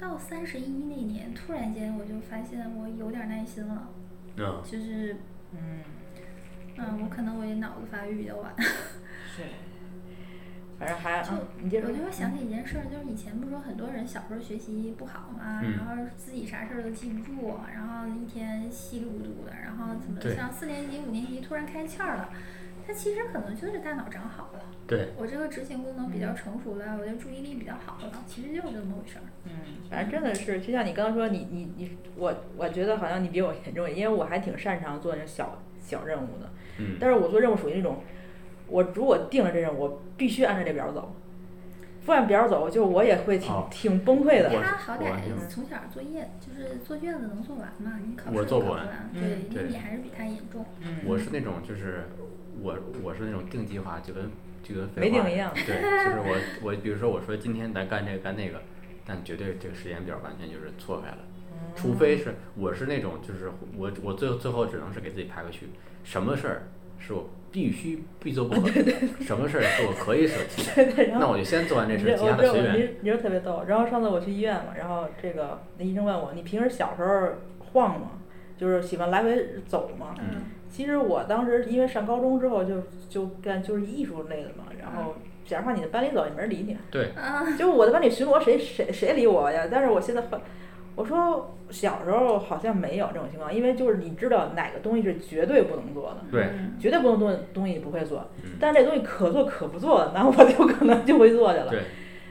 B: 到三十一那年，突然间我就发现我有点耐心了，
C: 嗯，
B: 就是，
A: 嗯，
B: 嗯，我可能我也脑子发育比较晚。
A: 对，反正还
B: 就
A: 嗯，你接着
B: 我
A: 说
B: 就会想起一件事儿，就是以前不是说很多人小时候学习不好嘛，
C: 嗯
B: 然后自己啥事儿都记不住，然后一天稀里糊涂的，然后怎么
C: 对
B: 像四年级、五年级突然开窍了，他其实可能就是大脑长好了，
C: 对，
B: 我这个执行功能比较成熟了，我的注意力比较好了，其实就是这么回事儿。
A: 嗯，反正真的是，就像你刚刚说，你你你，我我觉得好像你比我严重，因为我还挺擅长做那小小任务的。
C: 嗯，
A: 但是我做任务属于那种，我如果定了这任务，我必须按照这表走，不按表走，就我也会挺、
C: 哦
A: 挺崩溃的。
C: 我
B: 他好
C: 我
B: 歹
C: 就是
B: 从小作业就是做卷子能做完嘛，你考试
C: 我做
B: 考
C: 不
B: 不
C: 完
B: 完，
A: 嗯
B: 对，那
C: 对
B: 你还是比他严重。
A: 嗯，
C: 我是那种就是我我是那种定计划就跟就跟废
A: 没
C: 话
A: 定一样
C: 对，就是我我比如说我说今天咱干这个干那个，但绝对这个时间表完全就是错开了，除非是我是那种就是我我最最后只能是给自己排个序，什么事儿是我必须必做不可，什么事儿是我可以舍 弃 的，
A: 对对，然
C: 那
A: 后
C: 我就先做完这
A: 你
C: 事儿，
A: 这
C: 其
A: 我
C: 他的
A: 这
C: 随
A: 我
C: 缘。
A: 你你这特别逗。然后上次我去医院嘛，然后这个那医生问我，你平时小时候晃吗？就是喜欢来回走吗？
C: 嗯
A: 其实我当时因为上高中之后就就干就是艺术类的嘛，然后
C: 嗯
A: 假如话你的班里走也没人理你，
C: 对，
B: 啊，
A: 就是我的班里巡逻谁谁谁理我呀？但是我现在很，我说小时候好像没有这种情况，因为就是你知道哪个东西是绝对不能做的，
C: 对
B: 嗯
A: 绝对不能做的东西你不会做
C: 嗯，
A: 但是这东西可做可不做，那我就可能就会做去了。
C: 对，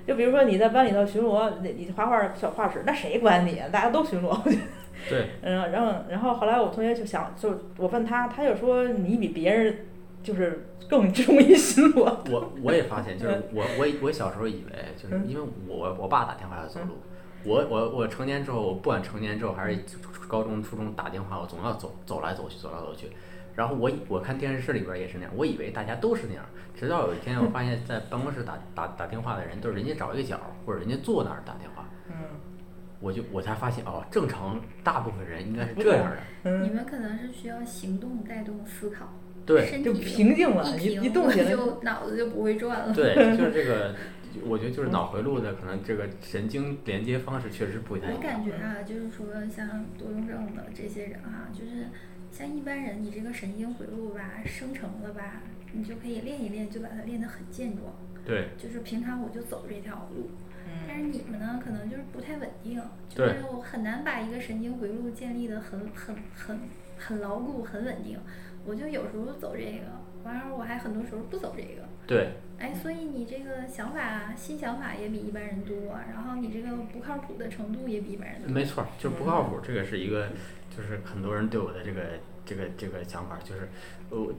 A: 就比如说你在班里头巡逻，你你画画小画室，那谁管你啊？大家都巡逻， 我觉得。
C: 对。
A: 嗯，然后然后后来我同学就想，就我问他，他就说你比别人就是更容易巡逻。
C: 我我也发现，就是我我我小时候以为，就是
A: 嗯
C: 因为我我爸打电话要走路，我我我成年之后，我不管成年之后还
A: 嗯
C: 是高中初中打电话，我总要走走来走去，走来走去。然后我以我看电视里边也是那样，我以为大家都是那样，直到有一天我发现，在办公室打打打电话的人，就是人家找一个角儿或者人家坐那儿打电话，
A: 嗯
C: 我就我才发现哦，正常大部分人应该是这样的，
B: 你
A: 嗯，
B: 们可能是需要行动带动思考，
C: 对，
B: 身
A: 就
B: 体
A: 平静了，
B: 一
A: 一
B: 平
A: 一动
B: 我
A: 起来
B: 就脑子就不会转 了。
C: 对，就是这个，我觉得就是脑回路的可能这个神经连接方式确实不太一
B: 我
C: 样，
B: 感
A: 嗯
B: 觉啊，就是说像多动症的这些人哈、就是像一般人，你这个神经回路吧生成了吧，你就可以练一练，就把它练得很健壮。
C: 对
B: 就是平常我就走这条路，
A: 嗯，
B: 但是你们呢，可能就是不太稳定，就
C: 对
B: 是我很难把一个神经回路建立的很很很很牢固、很稳定。我就有时候走这个，完了我还很多时候不走这个。
C: 对。
B: 哎，所以你这个想法、新想法也比一般人多，然后你这个不靠谱的程度也比一般人多。
C: 没错儿，就是不靠谱，这个是一个，就是很多人对我的这个这个这个想法，就是呃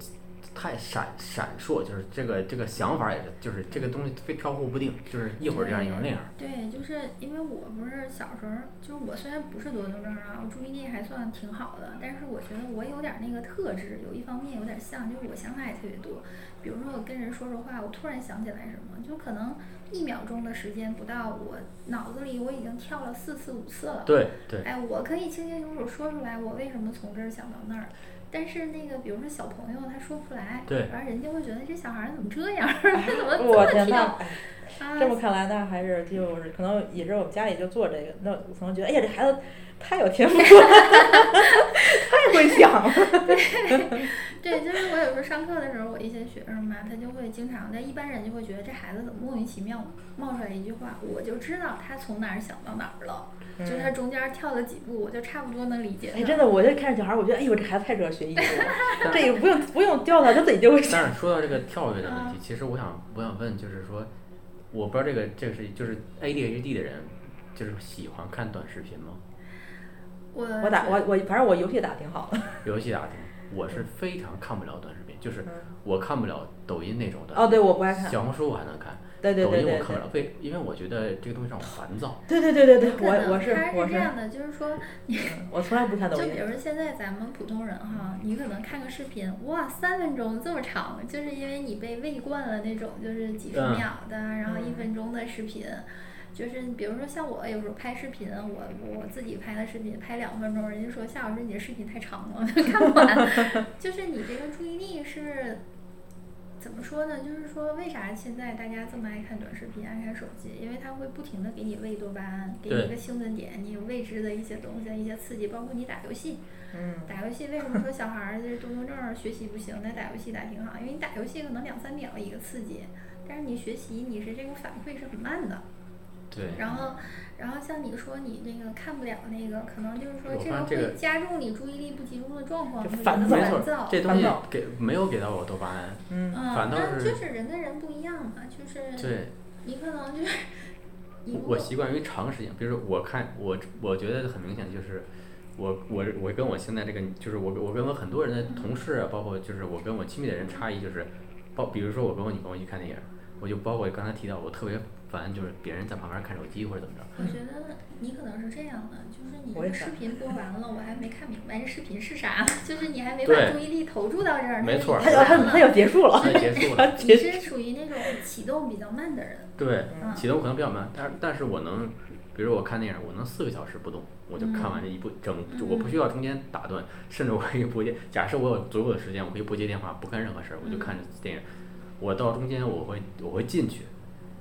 C: 太闪闪烁，就是这个这个想法也是，就是这个东西非飘忽不定，就是一会儿这样一会儿那样。
B: 对，就是因为我不是小时候，就是我虽然不是多动症啊，我注意力还算挺好的，但是我觉得我有点那个特质，有一方面有点像，就是我想法也特别多。比如说我跟人说说话，我突然想起来什么，就可能一秒钟的时间不到，我脑子里我已经跳了四次五次了。
C: 对对
B: 哎，我可以清清楚楚说出来我为什么从这儿想到那儿，但是那个比如说小朋友他说不出来，
C: 对
B: 然后人家会觉得这小孩儿怎么这样儿，他 怎么这
A: 哎我
B: 么
A: 天
B: 跳
A: 呐
B: 啊？！
A: 这么看来，那还是就是可能也是我们家里就做这个，那我可能觉得，哎呀，这孩子太有天赋了， 太会想了。
B: 对，就是我有时候上课的时候，我一些学生吧，他就会经常在一般人就会觉得这孩子怎么莫名其妙冒出来一句话，我就知道他从哪儿想到哪儿了， 就是他中间儿跳了几步，我就差不多能理解
A: 嗯
B: 他。
A: 哎，真的，我就看着小孩儿，我觉得，哎呦，这孩子太适合学艺术 了，这也不用不用教他，他自己就会想。
C: 但是说到这个跳跃的问题，其实我想我想问，就是说，我不知道这个这个是就是 ADHD 的人，就是喜欢看短视频吗？
B: 我
A: 我打
B: 觉
A: 我我反正我游戏打挺好的。
C: 游戏打的，我是非常看不了短视频，就是
A: 嗯
C: 我看不了抖音那种的。
A: 哦，对，我不爱看。
C: 小红书我还能看，
A: 对对
C: 抖
A: 对
C: 音
A: 对
C: 我看不了，为因为我觉得这个东西让我烦躁。
A: 对对对对对
B: 有，可能
A: 我我是
B: 他
A: 我
B: 是这样的，就是说
A: 我从来不看抖
B: 就
A: 音
B: 比。如现在咱们普通人哈，你可能看个视频，哇，三分钟这么长，就是因为你被喂惯了那种就是几十
C: 嗯
B: 秒的，然后一分钟的视频。就是比如说像我有时候拍视频，我我自己拍的视频拍两分钟，人家说夏老师你这视频太长了，看不完。 就是你这个注意力是怎么说呢？就是说为啥现在大家这么爱看短视频、爱看手机？因为它会不停的给你喂多巴胺，给你
C: 对
B: 一个兴奋点，你有未知的一些东西、一些刺激，包括你打游戏，
A: 嗯，
B: 打游戏为什么说小孩儿就是多动症儿学习不行，但打游戏打挺好？因为你打游戏可能两三秒一个刺激，但是你学习你是这个反馈是很慢的。
C: 对，
B: 然后，然后像你说你那个看不了那个，可能就是说
C: 我
B: 这
C: 发
B: 个
C: 现这
B: 会
C: 个
B: 加重你注意力不集中的状况，
A: 就
B: 会觉
A: 烦
B: 得
A: 躁
C: 没
B: 烦
C: 错
B: 躁
C: 儿，。这东西
A: 烦躁
C: 给没有给到我多巴胺。
A: 嗯
B: 嗯，
C: 反倒
B: 但
C: 是
B: 就是人跟人不一样嘛，就是
C: 对，
B: 你可能就是你
C: 我
B: 如
C: 我
B: 果
C: 习惯于长时间，比如说我看我我觉得很明显就是。我我我跟我现在这个就是我我跟我很多人的同事啊，包括就是我跟我亲密的人差异就是，包比如说我跟我女朋友去看电影，我就包括刚才提到我特别烦就是别人在旁边看手机或者怎么
A: 哦
C: 着，
B: 我觉得你可能是这样的，就是你
A: 我
B: 这
A: 也
B: 个
A: 想
B: 视频播完了，我还没看明白这视频是啥， 就是你还没把
C: 对
B: 注意力投注到这儿，
C: 没错
A: 他
B: 他
A: 就
B: 就
A: 他他就结束
B: 嗯
A: 了，
C: 所以结束 了。
A: 他
B: 你
A: 结
B: 是属于那种启动比较慢的人，
C: 对，
B: 嗯
C: 启动可能比较慢，但是但是我能，比如我看电影，我能四个小时不动，我就看完这一部整，
B: 嗯
C: 就我不需要中间打断，甚至我可以不接。假设我有足够的时间，我可以不接电话，不干任何事儿，我就看
B: 嗯
C: 着电影。我到中间我会我会进去，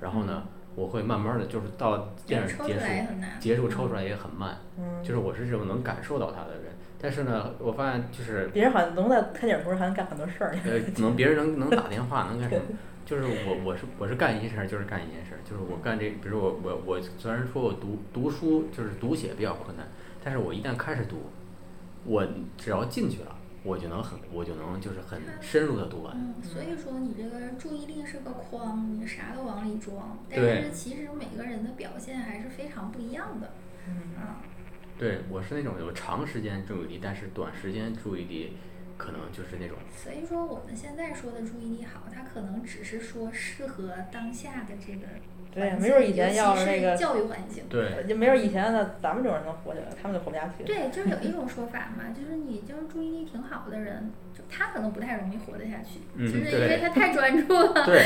C: 然后呢，我会慢慢的就是到电影
B: 嗯抽出
C: 结束
B: 来也很难。
C: 结束抽出来也很慢，
A: 嗯
C: 就是我是这种能感受到它的人。但是呢，我发现就是
A: 别人好像能在看电影同时还能干很多事儿。
C: 呃，能别人能能打电话，能干什么？就是我我是我是干一件事儿就是干一件事儿，就是我干这，比如我我我虽然说我读读书就是读写比较困难，但是我一旦开始读，我只要进去了，我就能很我就能就是很深入的读完。
B: 嗯，所以说你这个注意力是个筐，你啥都往里装，但
C: 对
B: 是其实每个人的表现还是非常不一样的。
A: 嗯
B: 啊，
C: 对我是那种有长时间注意力，但是短时间注意力可能就是那种
B: 所以说我们现在说的注意力好，它可能只是说适合当下的这个
A: 对
B: 环
A: 没准儿
B: 境
A: 以前
B: 尤
A: 要
B: 其
A: 是那
B: 是
A: 个
B: 教育环境。
C: 对
A: 就没有以前的咱们这种人能活下来，他们就活不下去。，
B: 对，就是有一种说法嘛，就是你就是注意力挺好的人，就他可能不太容易活得下去，
C: 嗯
B: 就是因
C: 对
B: 为他太专注了。
C: 对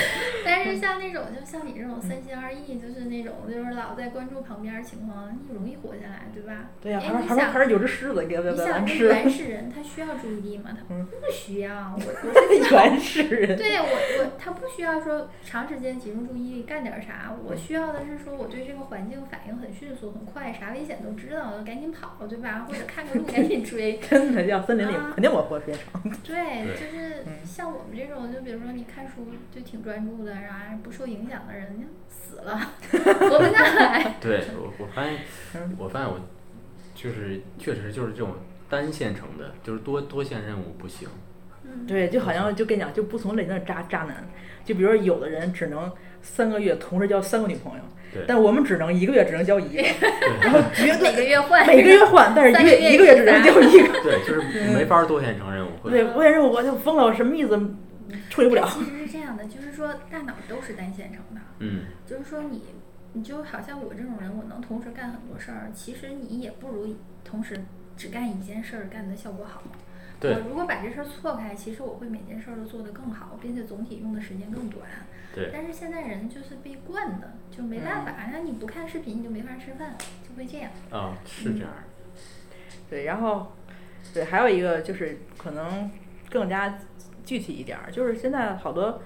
B: 但是像那种就像你这种三心二意，就是那种就是老在关注旁边儿情况，你容易活下来，对吧？
A: 对呀、
B: 哎
A: 还旁
B: 你
A: 还边
B: 想
A: 还是有只狮子给
B: 你
A: 给
B: 想
A: 咱
B: 那
A: 吃，
B: 原始人他需要注意力吗？他
A: 嗯
B: 不需 要。啊我
A: 原始人。
B: 对我我他不需要说长时间集中注意力干点啥，
C: 嗯
B: 我需要的是说我对这个环境反应很迅速很快，啥危险都知道了，赶紧跑，对吧？或者看个路赶紧追。
A: 真的，要森林里
B: 啊
A: 肯定我活时间长。
B: 对，
C: 对
B: 就是
A: 嗯
B: 像我们这种，就比如说你看书就挺专注的，然后不受影响的人，死 了活不下来。
C: 对，我我发现
A: 嗯
C: 我发现我就是确实就是这种单线程的，就是多多线任务不行。
B: 嗯，
A: 对，就好像就跟你讲，就不同类型的渣渣男，就比如说有的人只能三个月同时交三个女朋友，
C: 对
A: 但我们只能一个月只能交一个，然后绝
B: 每个
A: 对
B: 月换，
A: 每个月换，但是一
B: 三个月
A: 一个月只能交一个。
C: 对，就是没法多线程任务会。
A: 对，我也是，我就疯了，我什么意思处理不了。
B: 其实是这样的，就是说大脑都是单线程的，
C: 嗯，
B: 就是说你，你就好像我这种人，我能同时干很多事儿，其实你也不如同时只干一件事儿干的效果好。
C: 对
B: 我如果把这事儿错开，其实我会每件事儿都做得更好，并且总体用的时间更短。
C: 对
B: 但是现在人就是被惯的，就没办法，
A: 嗯
B: 那、你不看视频你就没法吃饭，就会这样。
C: 啊、是这样儿。
A: 对，然后对，还有一个就是可能更加具体一点儿，就是现在好多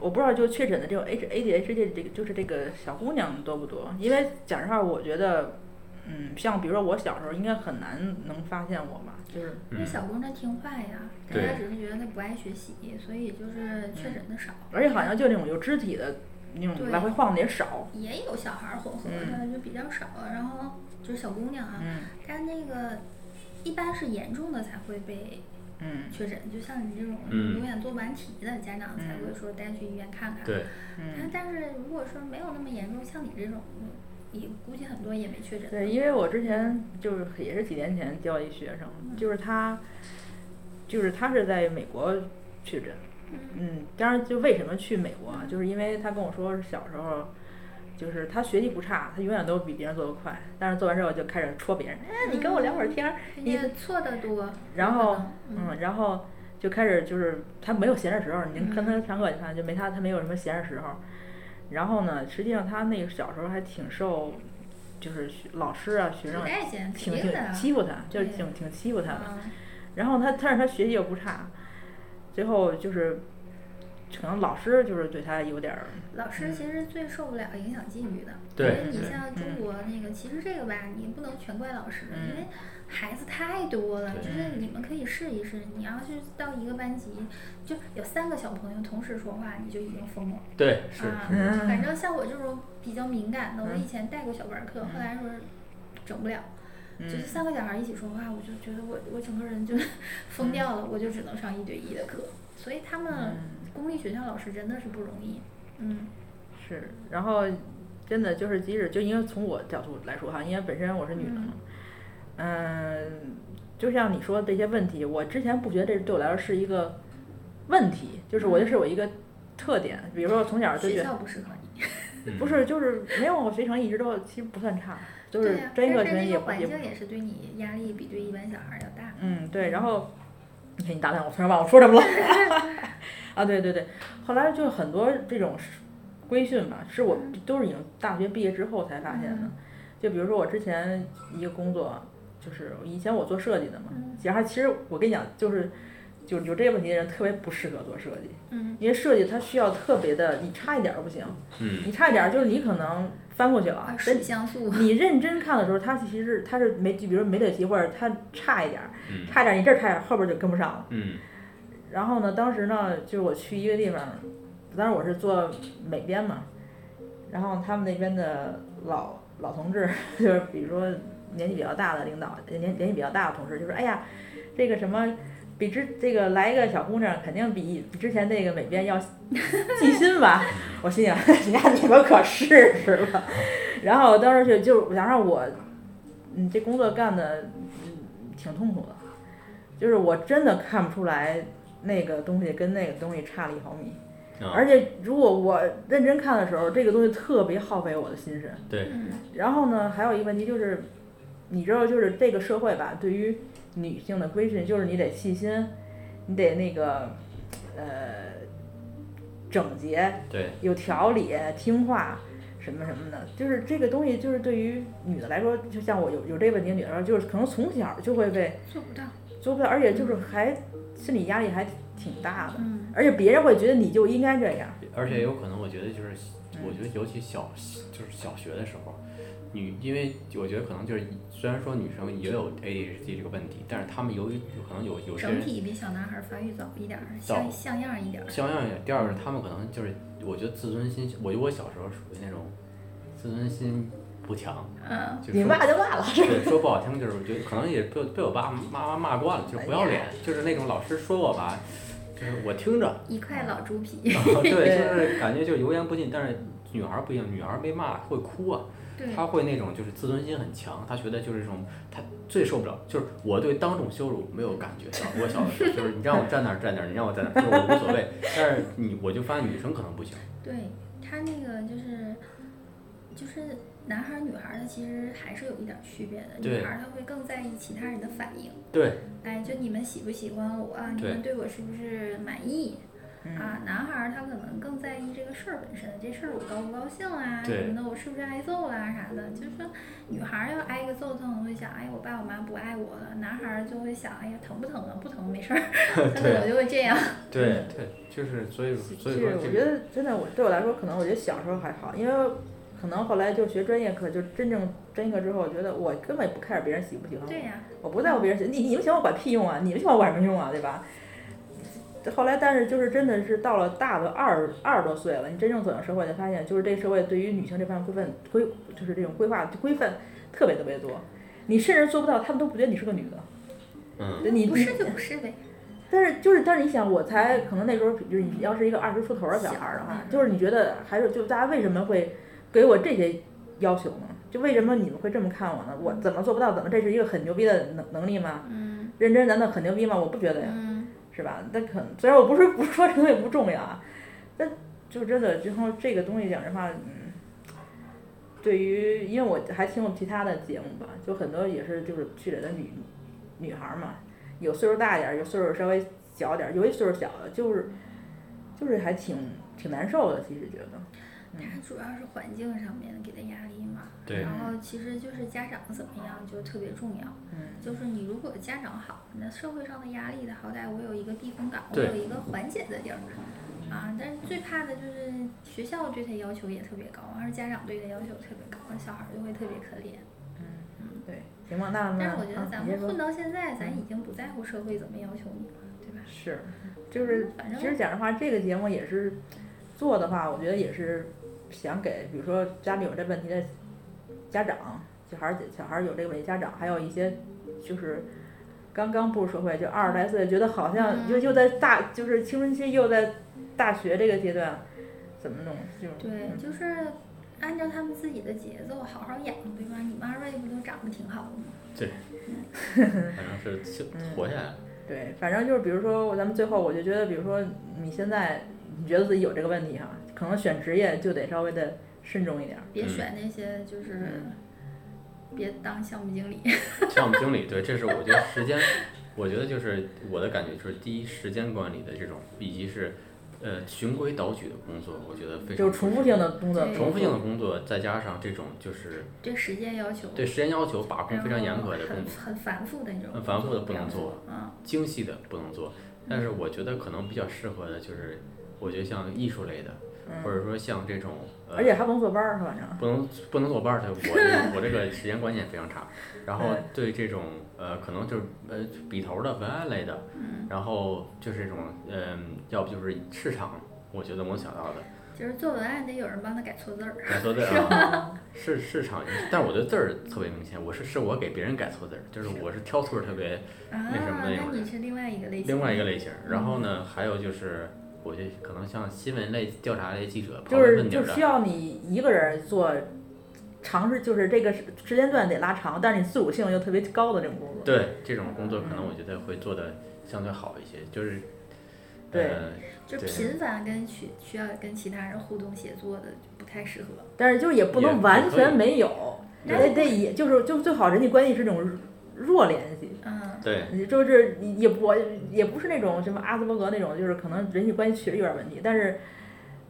A: 我不知道就确诊的这种 H A D H D 这个就是这个小姑娘多不多？因为讲实话，我觉得嗯，像比如说我小时候应该很难能发现我吧，就是
C: 嗯
B: 因为小姑娘听话呀，大
C: 对
B: 家只是觉得她不爱学习，所以就是确诊的少。
A: 而且好像就那种有肢体的那种
B: 对
A: 来回晃的也少，
B: 也有小孩儿混合的，就比较少。然后就是小姑娘啊，
A: 嗯
B: 但那个一般是严重的才会被
A: 嗯
B: 确诊，就像你这种
C: 嗯
B: 永远做不完题的家长才
A: 嗯
B: 会说带去医院看看。
C: 对，
B: 但但是如果说没有那么严重，像你这种，嗯也估计很多也没确诊。
A: 对，因为我之前就是也是几年前教一学生，就是他，就是他是在美国确诊，嗯，当然就为什么去美国啊，就是因为他跟我说是小时候，就是他学习不差，他永远都比别人做得快，但是做完之后就开始戳别人，哎，你跟我聊会儿天儿，
B: 人
A: 你
B: 家错的多，
A: 然后
B: 有可能
A: 嗯，然后就开始就是他没有闲着时候，您跟他上课去看就没他他没有什么闲着时候。然后呢，实际上他那个小时候还挺受，就是学老师啊学生
B: 不
A: 啊
B: 待见，肯
A: 挺
B: 定的
A: 挺
B: 啊。
A: 欺负他，就是
B: 对
A: 挺挺欺负他的。
B: 啊
A: 然后他，但是他学习又不差，最后就是可能老师就是对他有点儿，
B: 老师其实最受不了影响境遇的，
C: 对
B: 因为你
A: 对
B: 像中国那个，其实这个吧，你不能全怪老师，因为孩子太多了。
C: 对
B: 就是你们可以试一试，你要是到一个班级，就有三个小朋友同时说话，你就已经疯了。
C: 对是
B: 啊，
C: 是，
A: 嗯
B: 反正像我这种比较敏感的，我以前带过小班课，后来说是整不了。
A: 嗯
B: 就是三个小孩一起说话，我就觉得我我整个人 就疯
A: 嗯
B: 掉了，我就只能上一对一的课。所以他们公立学校老师真的是不容易，嗯。
A: 是，然后真的就是即使就因为从我角度来说哈，因为本身我是女的嘛，嗯、就像你说这些问题，我之前不觉得这对我来说是一个问题，就是我就是我一个特点，比如说从小就
B: 嗯学
A: 觉
B: 校
A: 得
B: 不适合你，
C: 嗯
A: 不是就是没有我学成绩一直都其实不算差，就是
B: 对呀
A: 专业课
B: 但
A: 成
B: 是
A: 绩
B: 那
A: 也
B: 个
A: 不
B: 环
A: 也不
B: 境也是对你压力比对一般小孩儿要大。
A: 嗯，对，然后你看你打断我，突然忘了我说什么了。 啊，对对对，后来就很多这种是规训吧，是
B: 嗯
A: 我都是已经大学毕业之后才发现的。就比如说我之前一个工作，就是以前我做设计的嘛，
B: 嗯
A: 其实还其实我跟你讲，就是就有这个问题的人特别不适合做设计，
B: 嗯，
A: 因为设计它需要特别的，你差一点儿都不行，
C: 嗯
A: 你差一点儿就是你可能翻过去了，
B: 啊，
A: 但
B: 水像素，
A: 你认真看的时候，它其实它是没，就比如没对齐或者它差一点儿，
C: 嗯
A: 差一点儿你这儿差一点儿，后边儿就跟不上了。
C: 嗯
A: 然后呢，当时呢，就是我去一个地方，当时我是做美编嘛，然后他们那边的老老同志， 就是比如说年纪比较大的领导，年年纪比较大的同事，就说哎呀，这个什么。比之这个来一个小姑娘，肯定比比之前那个美编要细心吧？我心想， 人家你们可试试吧。然后我当时就就我想让我，嗯，这工作干的嗯挺痛苦的，就是我真的看不出来那个东西跟那个东西差了一毫米。
C: 啊，
A: 而且如果我认真看的时候，这个东西特别耗费我的心神。
C: 对，
B: 嗯
A: 然后呢，还有一个问题就是，你知道，就是这个社会吧，对于女性的规训，就是你得细心，你得那个，呃，整洁，
C: 对，
A: 有条理，听话，什么什么的，就是这个东西，就是对于女的来说，就像我有有这个问题的女的来说，就是可能从小就会被
B: 做不到，
A: 做不到，而且就是还心理压力还挺大的，
B: 嗯，
A: 而且别人会觉得你就应该这样，
C: 而且有可能我觉得就是，
A: 嗯
C: 我觉得尤其小就是小学的时候，女因为我觉得可能就是虽然说女生也有 ADHD 这个问题，但是她们由于可能有有些
B: 整
C: 人
B: 体比小男孩发育早一点儿，
C: 早
B: 像像样一点儿，
C: 像样一点，第二个她们可能就是我觉得自尊心，我觉得我小时候属于那种自尊心不强，
B: 嗯，
C: 就是
A: 你
C: 说
A: 骂就骂了，
C: 对，说不好听就是，我觉得可能也被被我爸妈妈骂惯了，就是不
A: 哎
C: 要脸，就是那种老师说我吧，就是我 听着，
B: 一块老猪皮，
C: 然后对，就是感觉就油盐不进。但是女孩儿不一样，女孩儿被骂会哭啊，
B: 对，
C: 她会那种就是自尊心很强，她觉得就是这种，她最受不了就是我对当众羞辱没有感觉到，我小的时候就是你让我站那儿站那儿，你让我站那儿，就是我无所谓。但是你我就发现女生可能不行，
B: 对他那个就是就是男孩儿女孩儿的其实还是有一点儿区别的，
C: 对
B: 女孩儿她会更在意其他人的反应，
C: 对
B: 哎，就你们喜不喜欢我啊，你
C: 对
B: 们对我是不是满意？
A: 嗯
B: 啊，男孩儿他可能更在意这个事儿本身，这事儿我高不高兴啊，什
C: 对
B: 么的，我是不是挨揍啦、啥的。就是说女孩儿要挨个揍，她可能会想，哎，我爸我妈不爱我了；男孩儿就会想，哎呀，疼不疼啊？不疼，没 事儿。
C: 啊
B: 他可能就会这样。
C: 对对，就是所以所以
A: 是
C: 说，
A: 我
C: 这
A: 觉
C: 个
A: 得真的，我对我来说，可能我觉得小时候还好，因为可能后来就学专业课，就真正专业课之后，我觉得我根本不 care 别人喜不喜欢
B: 对
A: 我，
B: 呀、
A: 我不在乎别人喜，你你们喜欢我管屁用啊，你们喜欢我管什么用啊，对吧？后来，但是就是真的是到了大的二二十多岁了，你真正走向社会，才发现就是这个社会对于女性这方面规范规，就是这种规划规范特别特别多，你甚至做不到，他们都不觉得你是个女的，
C: 嗯
A: 你
B: 不
A: 你
B: 是就不是呗。
A: 但是就是，但是你想，我才可能那时候，就是你要是一个二十出头的小孩儿的话，
B: 小
A: 就是你觉得还是就大家为什么会给我这些要求呢？就为什么你们会这么看我呢？我怎么做不到？怎么这是一个很牛逼的能能力吗？
B: 嗯
A: 认真难道很牛逼吗？我不觉得呀，
B: 嗯，
A: 是吧？那可能虽然我不是不是说这东西不重要啊，但就真的，然后这个东西讲实话，嗯，对于因为我还听过其他的节目吧，就很多也是就是去里的女女孩儿嘛，有岁数大点儿，有岁数稍微小点儿，有一岁数小的，就是就是还挺挺难受的，其实觉得，
B: 他主要是环境上面给的压力嘛。
C: 对
B: 然后其实就是家长怎么样就特别重要。
A: 嗯，
B: 就是你如果家长好，那社会上的压力的好歹我有一个避风港，我
C: 对
B: 有一个缓解的地儿，啊，但是最怕的就是学校对他要求也特别高，而家长对他要求特别高，那小孩儿就会特别可怜。
A: 对，行吧，那那
B: 但是我觉得
A: 啊
B: 咱
A: 你先
B: 们
A: 说
B: 混到现在，咱已经不在乎社会怎么要求你了，对吧？
A: 是，就是
B: 反正
A: 其实讲实话，这个节目也是做的话，我觉得也是想给，比如说家里有这问题的家长，小孩儿小孩儿有这个问题的家长，还有一些就是刚刚步入社会，就二十来岁，觉得好像
B: 嗯
A: 又又在大就是青春期又在大学这个阶段，怎么弄？就
B: 对，
A: 嗯
B: 就是按照他们自己的节奏好好养，对吧？你妈瑞不都长得挺好的吗？
C: 反正是就
A: 嗯
C: 活下来了。
A: 对，反正就是比如说咱们最后，我就觉得，比如说你现在你觉得自己有这个问题哈，可能选职业就得稍微的慎重一点儿。
B: 别
C: 嗯
B: 选那些就是。别当项目经理，
C: 项 目经理，对，这是我觉得时间，我觉得就是我的感觉就是第一时间管理的这种，以及是呃循规蹈矩的工作，我觉得非常
A: 就是重复性的工作，
B: 对
C: 重复性的工作，再加上这种就是
B: 对时间要求
C: 对时间要求把控非常严格的工
B: 很
C: 作，
B: 很繁复的那种，
C: 很繁复的不能做，
B: 嗯，
C: 精细的不能做。但是我觉得可能比较适合的就是，我觉得像艺术类的，
A: 嗯
C: 或者说像这种，呃
A: 而且还不能坐班儿，反正。
C: 不能不能坐班 儿去，我这我这个时间观念非常差。然后对这种呃，可能就是呃呃笔头儿的文案类的，然后就是这种嗯、要不就是市场，我觉得我想到的。
B: 就是做文案得有人帮他改错字儿，
C: 改错字儿啊， 市市场，但是我觉得字儿特别明显，我是是我给别人改错字儿，就是我是挑错儿特别
B: 啊，
C: 那什么那种
B: 那你是另外一个类型，
C: 另外一个类型儿。然后
A: 嗯
C: 呢，还有就是，我觉得可能像新闻类、调查类记者刨
A: 就
C: 根
A: 是
C: 问底
A: 就
C: 儿
A: 需
C: 的，
A: 要你一个人做，尝试就是这个时时间段得拉长，但是你自主性又特别高的这种工作。
C: 对这种工作，可能我觉得会做的相对好一些，就是，
A: 对
C: 呃，
B: 就
C: 对
B: 频繁跟需需要跟其他人互动协作的就不太适合。
A: 但是就也不能
C: 也
A: 完
C: 也可
A: 全
C: 以
A: 没有，
C: 对
A: 得得也就是就最好人际关系是那种弱联系，
B: 嗯，
C: 对，
A: 就是也不也不是那种什么阿兹伯格那种，就是可能人际关系确实有点问题，但是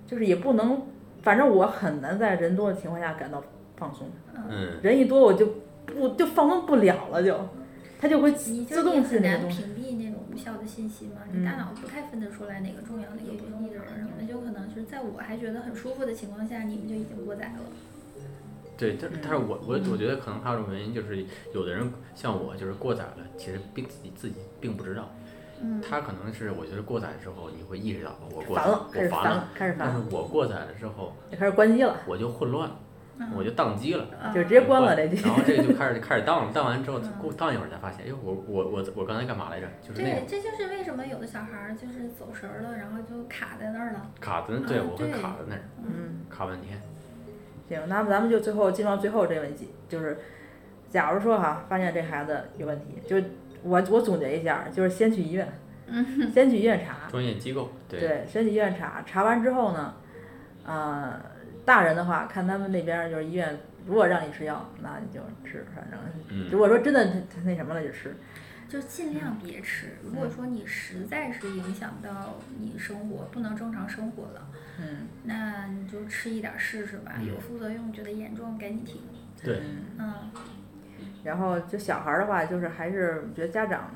A: 就是也不能，反正我很难在人多的情况下感到放松，
C: 嗯，
A: 人一多我就不就放松不了了就，他就会
B: 你
A: 自
B: 就
A: 动
B: 也
A: 性那
B: 很
A: 个
B: 难
A: 东西。
B: 屏蔽那种无效的信息嘛，
A: 嗯
B: 你大脑不太分得出来哪个重要哪个不重要，然后那就可能是在我还觉得很舒服的情况下，你们就已经过载了。
C: 对，但但是我我我觉得可能还有一种原因就是，有的人像我就是过载了，其实并自己自己并不知道，
B: 嗯，
C: 他可能是我觉得过载之后，你会意识到我过载
A: 烦了，开
C: 我
A: 始烦
C: 烦了，嗯
A: 了，开始烦
C: 但
A: 了，
C: 是我过载了之后，
A: 也开始关机了，
C: 我就混乱了，
B: 嗯
C: 我就宕机了。
B: 啊
A: 就直接关了这
C: 然
A: 就。
C: 后这个 就开始开始荡了，荡完之后
B: 嗯
C: 过荡一会儿才发现，哎，我我我我刚才干嘛来着？就是那
B: 对
C: 种，
B: 这就是为什么有的小孩儿就是走神儿了，然后就卡在那儿了。
C: 卡在那，对
B: 嗯
C: 我会
B: 对
C: 卡在那儿，
A: 嗯，
C: 卡半天。
A: 行，那么咱们就最后进入到最后这个问题，就是假如说哈，发现这孩子有问题，就我我总结一下，就是先去医院，先去医院查，
C: 专业机构， 对，
A: 对，先去医院查，查完之后呢，呃，大人的话看他们那边儿就是医院，如果让你吃药，那你就吃，反正如
C: 嗯，
A: 果说真的他他那什么了就吃，
B: 就尽量别吃。如果说你实在是影响到你生活，不能正常生活了，
A: 嗯，
B: 那你就吃一点儿试试吧。
C: 嗯
B: 有副作用，觉得严重赶紧停。
C: 对
A: 嗯
B: 嗯，
A: 然后就小孩儿的话，就是还是觉得家长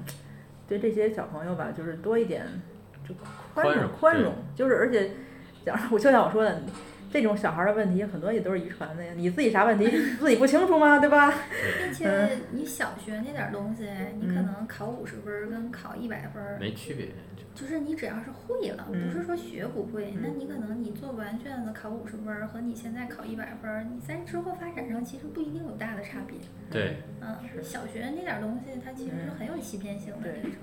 A: 对这些小朋友吧，就是多一点就宽
C: 宽
A: 容
C: 容
A: 宽
C: 对
A: 容，就是而且讲我就像我说的，这种小孩儿的问题很多也都是遗传的呀，你自己啥问题自己不清楚吗？对吧？
B: 并且你小学那点儿东西，你可能考五十分儿跟考一百分儿，
C: 嗯没区别，就
B: 就是你只要是会了，不
A: 嗯
B: 是说学不会，
A: 嗯
B: 那你可能你做完卷子考五十分儿和你现在考一百分儿，你在之后发展上其实不一定有大的差别。
C: 对，
B: 嗯，小学那点儿东西，它其实是很有欺骗性的
A: 嗯对
B: 那种。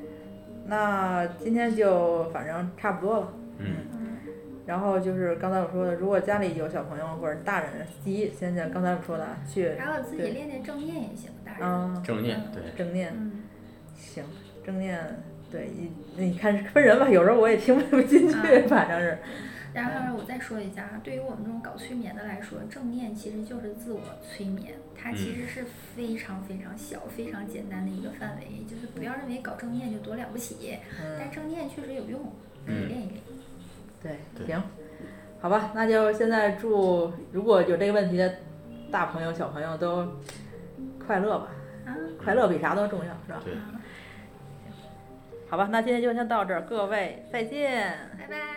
A: 那今天就反正差不多了。
C: 嗯，
B: 嗯，
A: 然后就是刚才我说的，如果家里有小朋友或者大人，第一先像刚才我说的啊去，
B: 还有自己
A: 对
B: 练练正念也行，大人。
A: 嗯，
C: 正念，对，
A: 正念
B: 嗯，
A: 行，正念对，你你看分人吧，有时候我也听不进去，
B: 啊
A: 反正是，
B: 然后我再说一下啊，对于我们这种搞催眠的来说，正念其实就是自我催眠，它其
A: 嗯
B: 实是非常非常小、非常简单的一个范围，就是不要认为搞正念就多了不起，但
A: 嗯，
B: 正念确实有用，可以
C: 嗯
B: 练一练。
A: 对，
C: 对
A: 行，好吧，那就现在祝如果有这个问题的大朋友小朋友都快乐吧，
B: 啊，
A: 快乐比啥都重要，是吧？
C: 对。
B: 好
A: 好吧，那今天就先到这儿，各位再见。
B: 拜拜。